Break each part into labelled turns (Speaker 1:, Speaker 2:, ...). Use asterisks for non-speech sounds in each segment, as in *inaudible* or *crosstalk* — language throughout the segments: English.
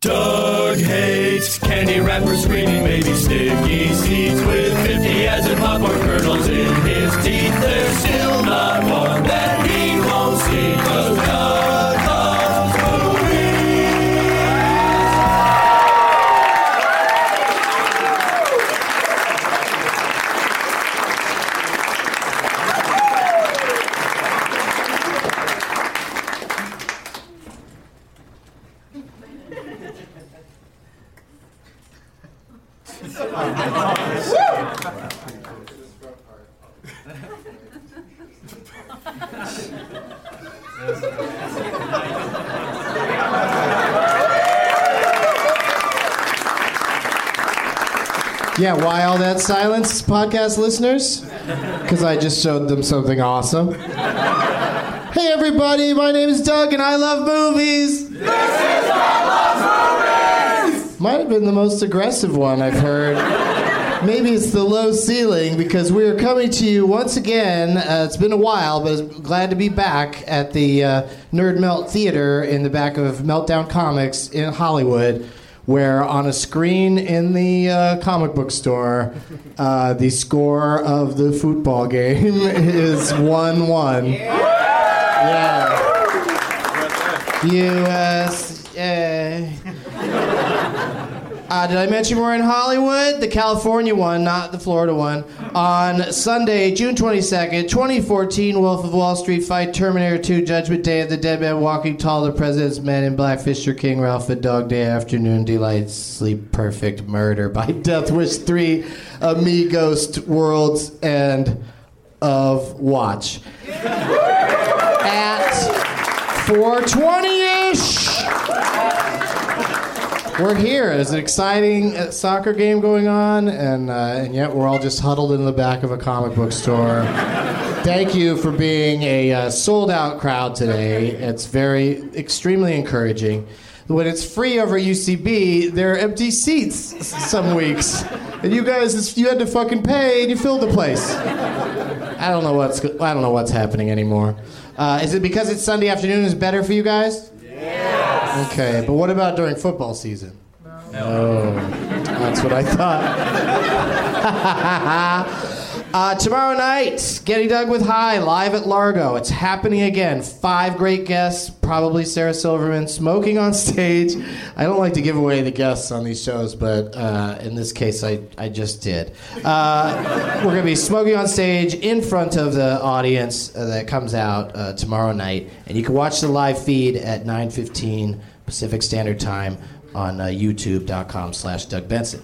Speaker 1: Doug hates candy wrappers, screaming baby sticky seeds with 50 as in popcorn kernels in his teeth. There's still not one that he won't see. 'cause Doug loves movies.
Speaker 2: Yeah, why all that silence, podcast listeners? Because I just showed them something awesome. Hey, everybody, my name is Doug and I love movies. This is Doug Loves Movies! Might have been the most aggressive one I've heard. Maybe it's the low ceiling because we are coming to you once again. Uh, it's been a while, but I'm glad to be back at the uh, Nerd Melt Theater in the back of Meltdown Comics in Hollywood, where on a screen in the uh, comic book store, uh, the score of the football game *laughs* is 1 1. Yeah. USA. Uh, did I mention we're in Hollywood? The California one, not the Florida one. On Sunday, June 22nd, 2014, Wolf of Wall Street Fight, Terminator 2, Judgment Day of the Dead Man Walking Tall, The President's Men in Black, Fisher King, Ralph the Dog Day, Afternoon Delight, Sleep Perfect, Murder by *laughs* Death Wish 3, Ami Ghost Worlds, and of Watch. At 420 ish! We're here. There's an exciting uh, soccer game going on, and, uh, and yet we're all just huddled in the back of a comic book store. Thank you for being a uh, sold out crowd today. It's very, extremely encouraging. When it's free over UCB, there are empty seats s- some weeks, and you guys, it's, you had to fucking pay, and you filled the place. I don't know what's go- I don't know what's happening anymore. Uh, is it because it's Sunday afternoon is better for you guys? Yes. Okay, but what about during football season? No. Oh, that's what I thought. uh, tomorrow night, Getty Dug with High live at Largo. It's happening again. Five great guests, probably Sarah Silverman smoking on *laughs* stage. I don't like to give away the guests on these shows, but uh, in this case, I, I just did. Uh, we're going to be smoking on stage in front of the audience uh, that comes out uh, tomorrow night. And you can watch the live feed at 9.15 Pacific Standard Time on uh, youtube.com slash Doug Benson.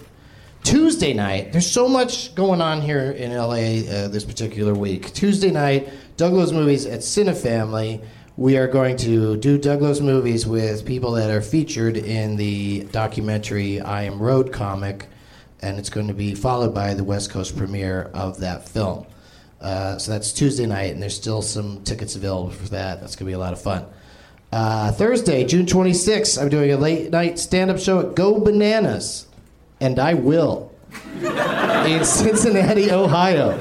Speaker 2: Tuesday night, there's so much going on here in LA uh, this particular week. Tuesday night, Douglas Movies at Cinefamily. We are going to do Douglas Movies with people that are featured in the documentary I Am Road comic, and it's going to be followed by the West Coast premiere of that film. Uh, so that's Tuesday night, and there's still some tickets available for that. That's going to be a lot of fun. Uh, Thursday, June 26th, I'm doing a late night stand up show at Go Bananas and I will in Cincinnati, Ohio.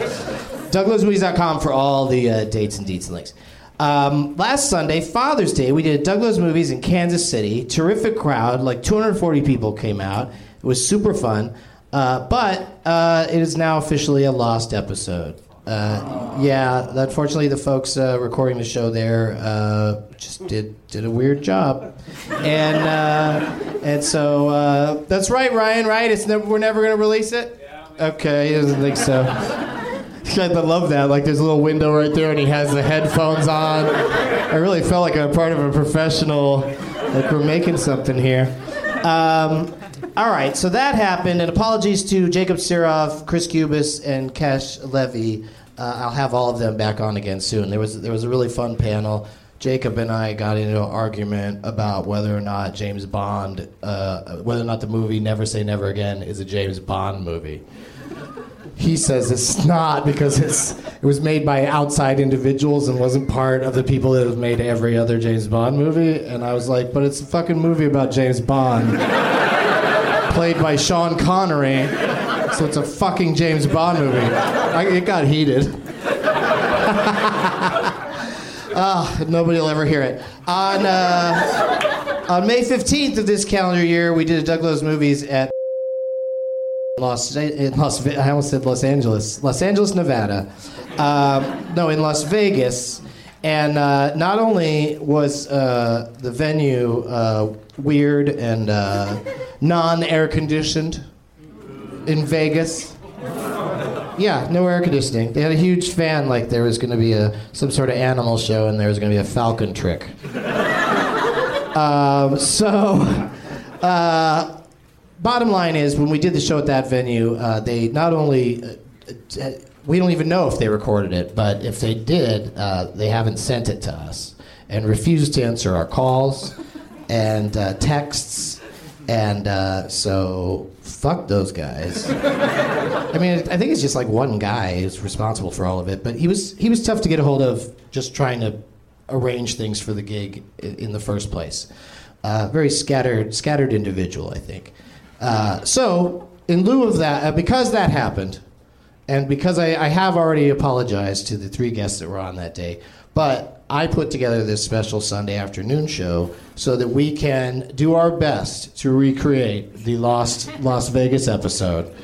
Speaker 2: DouglasMovies.com for all the uh, dates and deets and links. Um, last Sunday, Father's Day, we did Douglas Movies in Kansas City. Terrific crowd, like 240 people came out. It was super fun, uh, but uh, it is now officially a lost episode. Uh, yeah, unfortunately, the folks uh, recording the show there uh, just did did a weird job, and uh, and so uh, that's right, Ryan. Right? It's never, we're never gonna release it. Okay, he doesn't think so. I love that. Like, there's a little window right there, and he has the headphones on. I really felt like a part of a professional. Like we're making something here. Um, all right, so that happened, and apologies to Jacob Sirov, Chris Cubis, and Cash Levy. Uh, I'll have all of them back on again soon. There was there was a really fun panel. Jacob and I got into an argument about whether or not James Bond, uh, whether or not the movie Never Say Never Again is a James Bond movie he says it's not because it's it was made by outside individuals and wasn't part of the people that have made every other James Bond movie. And I was like, but it's a fucking movie about James Bond, played by Sean Connery, so it's a fucking James Bond movie. I, it got heated. *laughs* Ah, nobody will ever hear it. On uh, on May fifteenth of this calendar year, we did a Douglas movies at. Los, in Las, Ve- I almost said Los Angeles, Los Angeles, Nevada. Um, no, in Las Vegas. And uh, not only was uh, the venue uh, weird and uh, non-air conditioned in Vegas. Yeah, no air conditioning. They had a huge fan. Like there was going to be a some sort of animal show, and there was going to be a falcon trick. *laughs* um, so. Bottom line is, when we did the show at that venue, uh, they not only uh, uh, we don't even know if they recorded it, but if they did, uh, they haven't sent it to us and refused to answer our calls and uh, texts, and uh, so fuck those guys. I mean, I think it's just like one guy is responsible for all of it, but he was he was tough to get a hold of, just trying to arrange things for the gig i- in the first place. Uh, very scattered scattered individual, I think. Uh, so, in lieu of that, uh, because that happened, and because I, I have already apologized to the three guests that were on that day, but I put together this special Sunday afternoon show so that we can do our best to recreate the lost Las Vegas episode.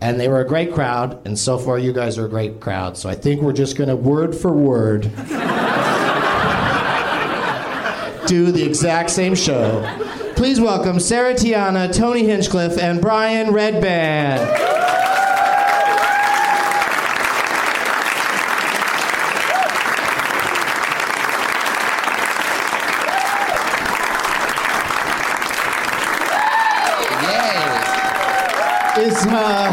Speaker 2: And they were a great crowd, and so far you guys are a great crowd. So I think we're just going to word for word *laughs* do the exact same show. Please welcome Sarah Tiana, Tony Hinchcliffe, and Brian Redband. Is uh,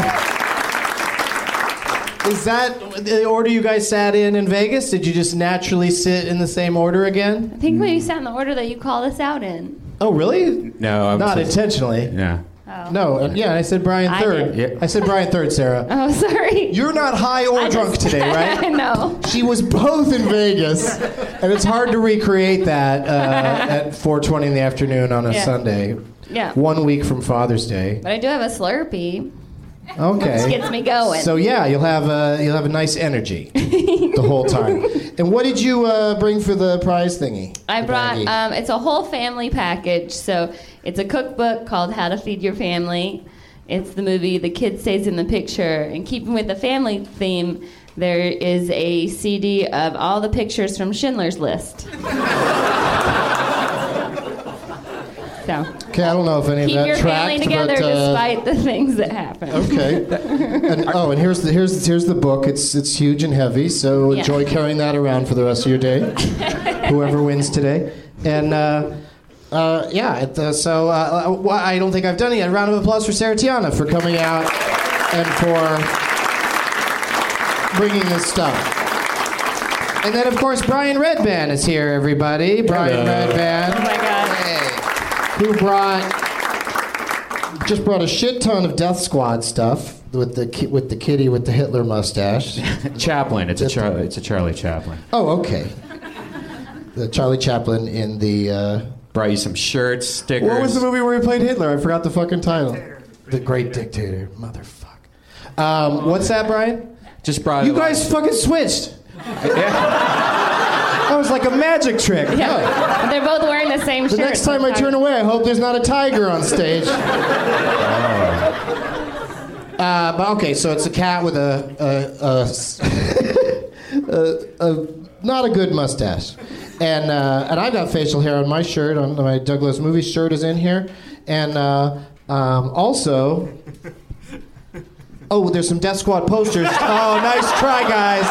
Speaker 2: is that the order you guys sat in in Vegas? Did you just naturally sit in the same order again?
Speaker 3: I
Speaker 2: Hmm.
Speaker 3: think we sat in the order that you called us out in.
Speaker 2: Oh, really?
Speaker 4: No, I'm
Speaker 2: Not intentionally.
Speaker 4: Yeah.
Speaker 3: Oh.
Speaker 2: No, and- yeah, and I said Brian
Speaker 3: I
Speaker 2: third.
Speaker 1: did. Yeah.
Speaker 2: I said Brian third, Sarah.
Speaker 3: *laughs* Oh, sorry.
Speaker 2: You're not high or
Speaker 3: *laughs* I just-
Speaker 2: drunk today, right?
Speaker 3: no.
Speaker 2: She was both in Vegas, and it's hard to recreate that
Speaker 3: *laughs*
Speaker 2: uh, at 4:20 in the afternoon on a
Speaker 3: Yeah.
Speaker 2: Sunday,
Speaker 3: Yeah.
Speaker 2: one week from Father's Day.
Speaker 3: But I do have a Slurpee.
Speaker 2: Okay,
Speaker 3: Gets me going.
Speaker 2: so yeah, you'll have a you'll have a nice energy the whole time. And what did you uh, bring for the prize thingy?
Speaker 3: I
Speaker 2: The
Speaker 3: brought
Speaker 2: baggie?
Speaker 3: um, it's a whole family package. So it's a cookbook called How to Feed Your Family. It's the movie The Kid Stays in the Picture. In keeping with the family theme, there is a CD of all the pictures from Schindler's List. so
Speaker 2: okay, I don't know if any
Speaker 3: keep
Speaker 2: of that
Speaker 3: your family
Speaker 2: tracked,
Speaker 3: together
Speaker 2: but, uh,
Speaker 3: despite the things that happen.
Speaker 2: Okay. And, oh, and here's the here's here's the book. It's it's huge and heavy, so
Speaker 3: Yeah.
Speaker 2: enjoy carrying that around for the rest of your day. Whoever wins today, and. Uh, uh, yeah, it, uh, so uh, uh, wh- I don't think I've done it yet. Round of applause for Sarah Tiana for coming out and for bringing this stuff. And then, of course, Brian Redban is here, everybody. Brian Redban.
Speaker 3: Oh my God.
Speaker 2: Who brought just brought a shit ton of Death Squad stuff with the ki- with the kitty with the Hitler mustache.
Speaker 4: Chaplin. It's a Char- it's a Charlie Chaplin.
Speaker 2: Oh, okay. The Charlie Chaplin in the uh,
Speaker 4: Brought you some shirts, stickers.
Speaker 2: what was the movie where he played Hitler? I forgot the fucking title. The Great Dictator, motherfucker. Um, what's that, Brian?
Speaker 4: Just brought
Speaker 2: You
Speaker 4: a lot-
Speaker 2: guys fucking *laughs* switched.
Speaker 4: Yeah.
Speaker 2: That was like a magic trick. No.
Speaker 3: Yeah. They're both wearing the same
Speaker 2: The
Speaker 3: shirt.
Speaker 2: next time I turn away, I hope there's not a tiger on
Speaker 3: *laughs*
Speaker 2: stage. Uh, but okay, so it's a cat with a, a, a s- *laughs* a- a- not a good mustache, and uh, and I've got facial hair on my shirt. On my Douglas movie shirt is in here, and uh, um, also. Oh, there's some Death Squad
Speaker 3: *laughs*
Speaker 2: posters. Oh, nice try, guys.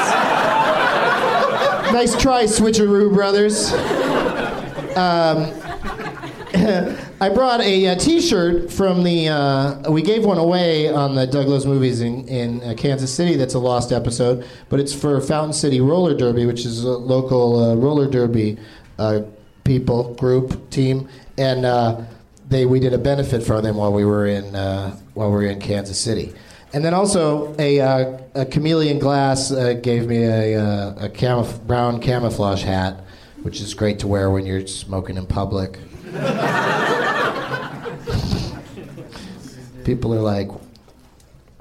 Speaker 2: Nice try, switcheroo brothers. I brought a, uh T-shirt from the. Uh, we gave one away on the Douglas movies in, in uh, Kansas City. That's a lost episode, but it's for Fountain City Roller Derby, which is a local uh, roller derby uh, people group team, and uh, they we did a benefit for them while we were in uh, while we were in Kansas City, and then also a, uh, a chameleon glass uh, gave me a, uh, a camuf- brown camouflage hat, which is great to wear when you're smoking in public. People are like,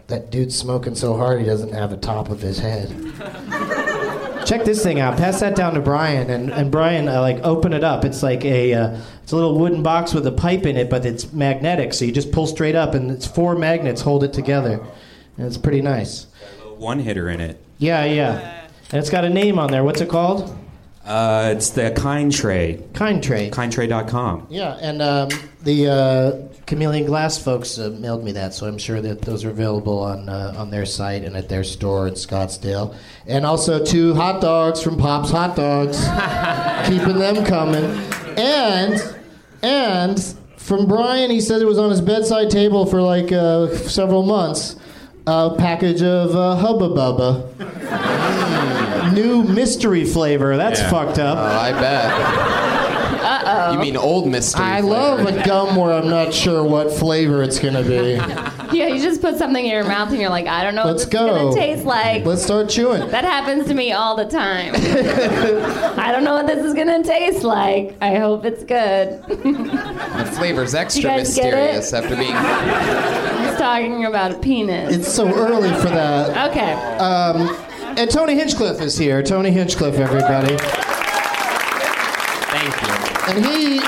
Speaker 2: that dude's smoking so hard he doesn't have a top of his head. Check this thing out. Pass that down to Brian, and, and Brian, uh, like, open it up. It's like a, uh, it's a little wooden box with a pipe in it, but it's magnetic, so you just pull straight up, and it's four magnets hold it together, and it's pretty nice.
Speaker 4: One hitter in it.
Speaker 2: Yeah, yeah, and it's got a name on there. What's it called?
Speaker 4: Uh, it's the Kind Trade.
Speaker 2: Kind Tray.
Speaker 4: KindTrade.com.
Speaker 2: Yeah, and um, the uh, Chameleon Glass folks uh, mailed me that, so I'm sure that those are available on uh, on their site and at their store in Scottsdale. And also two hot dogs from Pop's Hot Dogs, keeping them coming. And and from Brian, he said it was on his bedside table for like uh, several months. A package of uh, Hubba Bubba. New mystery flavor. That's
Speaker 4: Yeah.
Speaker 2: fucked up.
Speaker 5: I bet. Uh-oh. You mean old mystery?
Speaker 2: I
Speaker 5: flavor.
Speaker 2: love a gum where I'm not sure what flavor it's gonna be.
Speaker 3: Yeah, you just put something in your mouth and you're like, I don't know
Speaker 2: Let's
Speaker 3: what this is
Speaker 2: go.
Speaker 3: gonna taste like.
Speaker 2: Let's start chewing.
Speaker 3: That happens to me all the time. *laughs* I don't know what this is gonna taste like. I hope it's good.
Speaker 5: The flavor's extra
Speaker 3: guys get it?
Speaker 5: mysterious after being.
Speaker 3: *laughs* He's talking about a penis.
Speaker 2: It's so early for that. Um,
Speaker 3: okay.
Speaker 2: And Tony Hinchcliffe is here. Tony Hinchcliffe, everybody.
Speaker 5: Thank you.
Speaker 2: And he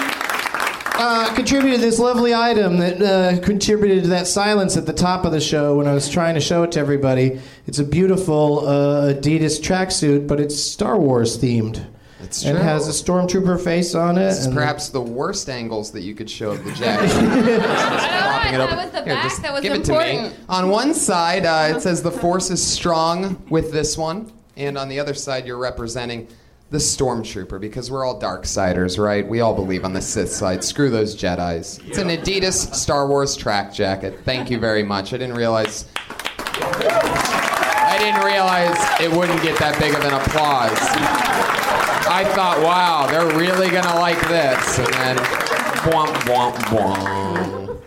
Speaker 2: uh, contributed this lovely item that uh, contributed to that silence at the top of the show when I was trying to show it to everybody. It's a beautiful uh, Adidas tracksuit, but it's Star Wars themed.
Speaker 5: It's
Speaker 2: And
Speaker 5: true.
Speaker 2: has a stormtrooper face on it.
Speaker 5: This is
Speaker 2: and-
Speaker 5: perhaps the worst angles that you could show of the jacket. Just popping it
Speaker 3: that
Speaker 5: open.
Speaker 3: was the
Speaker 5: Here,
Speaker 3: back
Speaker 5: just
Speaker 3: that was
Speaker 5: give It to
Speaker 3: important.
Speaker 5: me. On one side, uh, it says the force is strong with this one, and on the other side, you're representing the stormtrooper because we're all dark siders, right? We all believe on the Sith side. Screw those Jedi's. It's an Adidas Star Wars track jacket. Thank you very much. I didn't realize. I didn't realize it wouldn't get that big of an applause. I thought, wow, they're really gonna like this, and then, womp womp womp.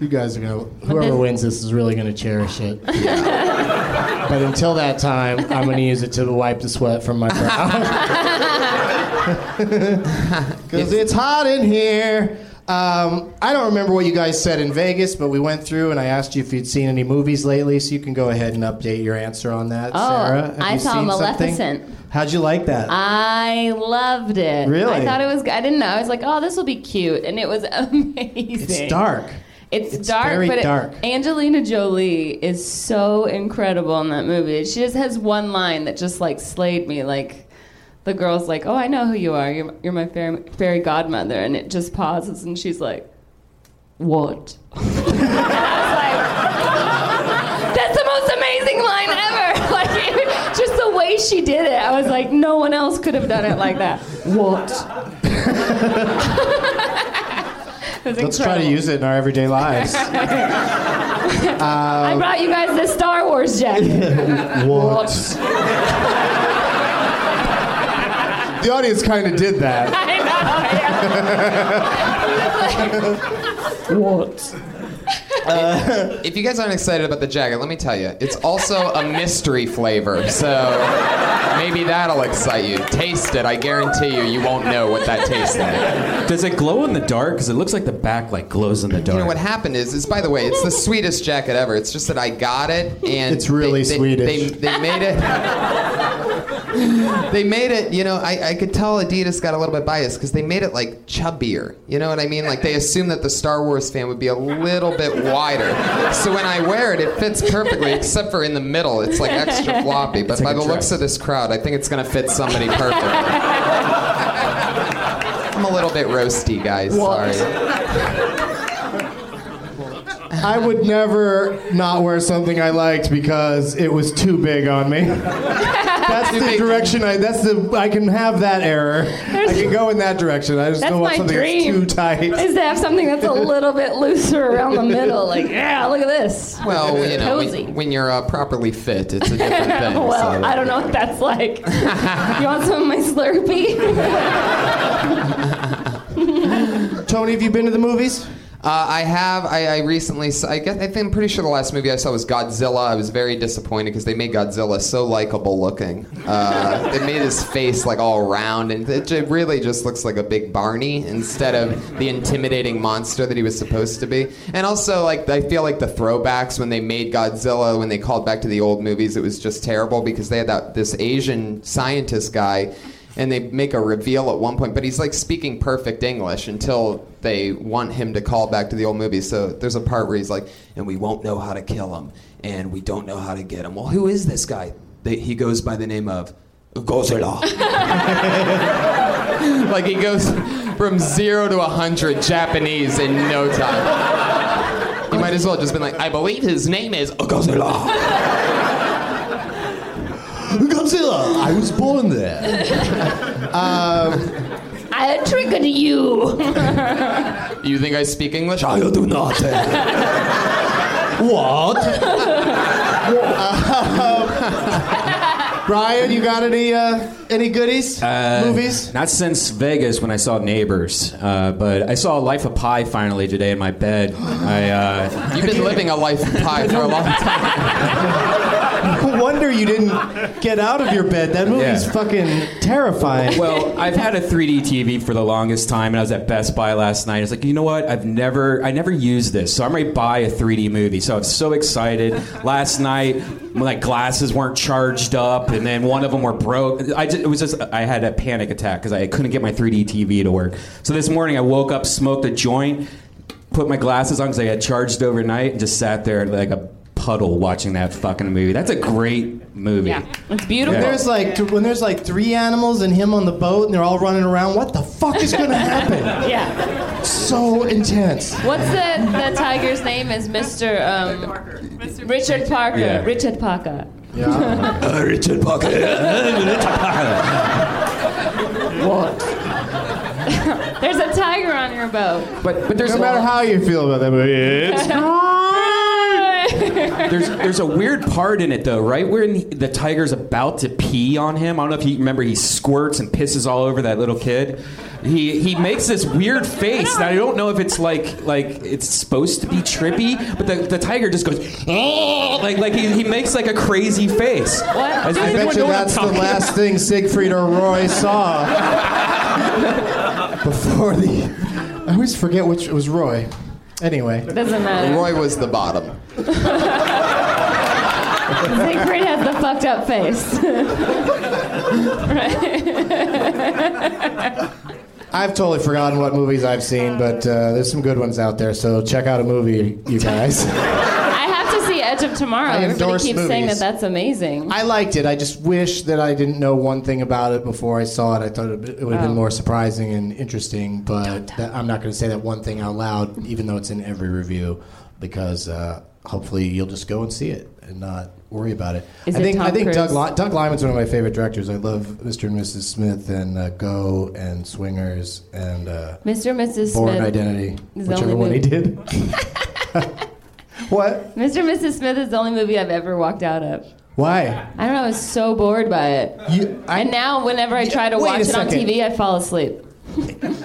Speaker 2: You guys are gonna. Whoever wins this is really gonna cherish
Speaker 3: *laughs*
Speaker 2: it. but until that time, I'm gonna use it to wipe the sweat from my
Speaker 3: *laughs*
Speaker 2: brow. Because it's hot in here. Um, I don't remember what you guys said in Vegas, but we went through and I asked you if you'd seen any movies lately, so you can go ahead and update your answer on that,
Speaker 3: Oh,
Speaker 2: Sarah. Have
Speaker 3: I
Speaker 2: you
Speaker 3: saw
Speaker 2: seen something?
Speaker 3: Maleficent.
Speaker 2: How'd you like that?
Speaker 3: I loved it.
Speaker 2: Really?
Speaker 3: I thought it was. I didn't know. I was like, oh, this will be cute, and it was *laughs* amazing.
Speaker 2: it's dark.
Speaker 3: It's,
Speaker 2: It's
Speaker 3: dark,
Speaker 2: very
Speaker 3: but it-
Speaker 2: dark.
Speaker 3: Angelina Jolie is so incredible in that movie. She just has one line that just like slayed me. Like the girl's like, "Oh, I know who you are. You're, you're my fairy, fairy godmother," and it just pauses, and she's like, "What?" *laughs* I was like, "That's the most amazing line ever!" *laughs* Like it, just the way she did it, I was like, "No one else could have done it like that." What? *laughs* It was
Speaker 2: Let's try to
Speaker 3: incredible.
Speaker 2: use it in our everyday
Speaker 3: *laughs*
Speaker 2: lives.
Speaker 3: I brought you guys this Star Wars jacket.
Speaker 2: what?
Speaker 5: The audience kind of did that.
Speaker 3: *laughs* I *laughs* know.
Speaker 2: What?
Speaker 5: If you guys aren't excited about the jacket, let me tell you, it's also a mystery flavor. So maybe that'll excite you. Taste it. I guarantee you, you won't know what that tastes like.
Speaker 6: Does it glow in the dark? Because it looks like the back like glows in the dark.
Speaker 5: You know what happened is, is by the way, it's the sweetest jacket ever. It's just that I got it and
Speaker 2: It's really
Speaker 5: they, they,
Speaker 2: Swedish.
Speaker 5: They, they made it. *laughs* They made it, you know, I, I could tell Adidas got a little bit biased because they made it like chubbier. You know what I mean? Like they assumed that the Star Wars fan would be a little bit wider. So when I wear it, it fits perfectly, except for in the middle. It's like extra floppy. But
Speaker 6: like
Speaker 5: by
Speaker 6: a
Speaker 5: the looks
Speaker 6: dress.
Speaker 5: of this crowd, I think it's going to fit somebody perfectly. *laughs* I'm a little bit roasty, guys. Sorry.
Speaker 2: I would never not wear something I liked because it was too big on me. That's the direction I. That's the. I can have that error. I can go in that direction. I just
Speaker 3: That's
Speaker 2: don't want
Speaker 3: my
Speaker 2: something
Speaker 3: dream.
Speaker 2: that's too tight.
Speaker 3: Is to have something that's a little bit looser around the middle. *laughs* Like, yeah, look at this.
Speaker 5: Well, you know,
Speaker 3: Cozy.
Speaker 5: when, when you're uh, properly fit, it's
Speaker 3: *laughs*
Speaker 5: a different thing.
Speaker 3: well,
Speaker 5: so-
Speaker 3: I don't know what that's *laughs* like. you want some of my Slurpee? *laughs*
Speaker 2: Tony, have you been to the movies?
Speaker 5: Uh, I have. I, I recently. s- I guess. I think, I'm pretty sure the last movie I saw was Godzilla. I was very disappointed because they made Godzilla so likable looking.
Speaker 3: *laughs*
Speaker 5: Uh, they made his face like all round, and it ju- really just looks like a big Barney instead of the intimidating monster that he was supposed to be. And also, like, I feel like the throwbacks when they made Godzilla, when they called back to the old movies, it was just terrible because they had that this Asian scientist guy and they make a reveal at one point, but he's like speaking perfect English until they want him to call back to the old movie. So there's a part where he's like, "And we won't know how to kill him, and we don't know how to get him." Well, who is this guy? They, he goes by the name of Godzilla. *laughs* like he goes from zero to a hundred Japanese in no time. You might as well just been like, "I believe his name is Godzilla." *laughs*
Speaker 2: Godzilla. I was born there.
Speaker 3: I triggered you.
Speaker 5: You think I speak English?
Speaker 2: I do not.
Speaker 5: *laughs*
Speaker 2: what?
Speaker 5: *laughs*
Speaker 2: Brian, you got any uh, any goodies? movies?
Speaker 6: Not since Vegas when I saw Neighbors, uh, but I saw Life of Pi finally today in my
Speaker 5: *gasps*
Speaker 6: bed. I uh,
Speaker 5: You've been living a life of pie for
Speaker 2: *laughs*
Speaker 5: a long time.
Speaker 2: No wonder you didn't get out of your bed. That movie's
Speaker 6: Yeah.
Speaker 2: fucking
Speaker 5: *laughs*
Speaker 2: terrifying.
Speaker 6: well, I've had a 3D TV for the longest time, and I was at Best Buy last night. It's like, you know what? I've never, I never used this, so I'm ready to buy a 3D movie. So I was so excited last night. My glasses weren't charged up, and then one of them were broke. I just, it was just, I had a panic attack because I couldn't get my 3D TV to work. So this morning, I woke up, smoked a joint, put my glasses on because I had charged overnight, and just sat there like a puddle watching that fucking movie. That's a great movie.
Speaker 3: Yeah, it's beautiful.
Speaker 2: There's like th- when there's like three animals and him on the boat and they're all running around. What the fuck is gonna happen?
Speaker 3: Yeah.
Speaker 2: so intense.
Speaker 3: What's the, the tiger's name? Is Mr. Um, Richard Parker.
Speaker 6: Yeah.
Speaker 3: Richard Parker.
Speaker 6: Richard Parker.
Speaker 3: There's a tiger on your boat.
Speaker 6: But but there's
Speaker 2: No
Speaker 6: a lot- *laughs*
Speaker 2: matter how you feel about that movie, it's
Speaker 4: There's there's a weird part in it though, right? Where in the tiger's about to pee on him. I don't know if you remember. He squirts and pisses all over that little kid. He he makes this weird face. Now I don't know if it's like like it's supposed to be trippy, but the, the tiger just goes "Oh!" like like he, he makes like a crazy face. What? I,
Speaker 2: I bet you that's the last thing Siegfried or Roy
Speaker 6: *laughs*
Speaker 2: saw before the. I always forget which it was Roy. Anyway,
Speaker 3: *laughs* Doesn't matter.
Speaker 5: Roy was the bottom.
Speaker 3: Siegfried has the fucked up face. *laughs*
Speaker 2: I've totally forgotten what movies I've seen, but uh, there's some good ones out there. So check out a movie, you guys.
Speaker 3: I have to see Edge of Tomorrow.
Speaker 2: I
Speaker 3: Everybody
Speaker 2: endorse
Speaker 3: keeps saying that
Speaker 2: movies.
Speaker 3: that's amazing.
Speaker 2: I liked it. I just wish that I didn't know one thing about it before I saw it. I thought it would
Speaker 3: Oh.
Speaker 2: have been more surprising and interesting, but that, I'm not going to say that one thing out loud, even though it's in every review, because uh, hopefully you'll just go and see it and not worry about it.
Speaker 3: Is
Speaker 2: I
Speaker 3: it
Speaker 2: think
Speaker 3: Tom
Speaker 2: I think Doug
Speaker 3: Cruise?
Speaker 2: Ly- Doug Lyman's one of my favorite directors. I love Mr. and Mrs. Smith and uh, Go and Swingers and uh,
Speaker 3: Mr. and Mrs.
Speaker 2: Born
Speaker 3: Smith.
Speaker 2: Identity,
Speaker 3: His
Speaker 2: whichever
Speaker 3: only
Speaker 2: one he
Speaker 3: movie.
Speaker 2: did.
Speaker 3: *laughs*
Speaker 2: what?
Speaker 3: Mr. and Mrs. Smith is the only movie I've ever walked out of.
Speaker 2: Why?
Speaker 3: I don't know. I was so bored by it.
Speaker 2: You, I,
Speaker 3: and now, whenever I try to
Speaker 2: Wait a
Speaker 3: watch it on
Speaker 2: second.
Speaker 3: TV, I fall asleep.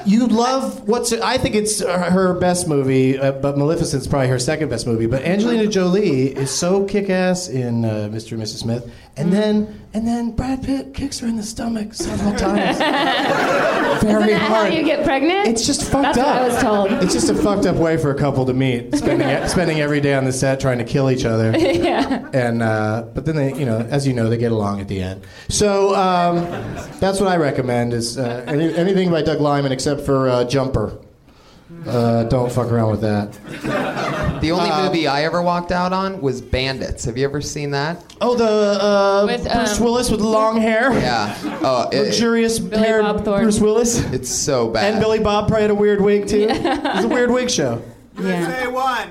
Speaker 2: You love what's I think it's her best movie, uh, but Maleficent's probably her second best movie. But Angelina Jolie is so kick-ass in uh, Mr. and Mrs. Smith,
Speaker 3: Mm-hmm.
Speaker 2: and then and then Brad Pitt kicks her in the stomach
Speaker 3: *laughs*
Speaker 2: several times. Very
Speaker 3: Isn't that
Speaker 2: hard.
Speaker 3: how you get pregnant?
Speaker 2: it's just fucked
Speaker 3: That's
Speaker 2: up.
Speaker 3: what I was told.
Speaker 2: It's just a fucked up way for a couple to meet, spending e-, spending every day on the set trying to kill each other.
Speaker 3: *laughs* yeah.
Speaker 2: And uh, but then they, you know, as you know, they get along at the end. So um, that's what I recommend is uh, any, anything by Doug Lyman except for uh, Jumper. Uh, don't fuck around with that.
Speaker 5: The only
Speaker 2: Um,
Speaker 5: movie I ever walked out on was Bandits. Have you ever seen that?
Speaker 2: Oh, the uh,
Speaker 3: With,
Speaker 2: Bruce
Speaker 3: um,
Speaker 2: Willis with long hair,
Speaker 5: Yeah. Oh, it-
Speaker 2: luxurious
Speaker 3: Billy
Speaker 2: hair.
Speaker 3: Bob Thornton.
Speaker 2: Bruce Willis
Speaker 5: it's so bad.
Speaker 2: and Billy Bob probably had a weird wig too. It was a weird wig show.
Speaker 3: yeah.
Speaker 6: Say one.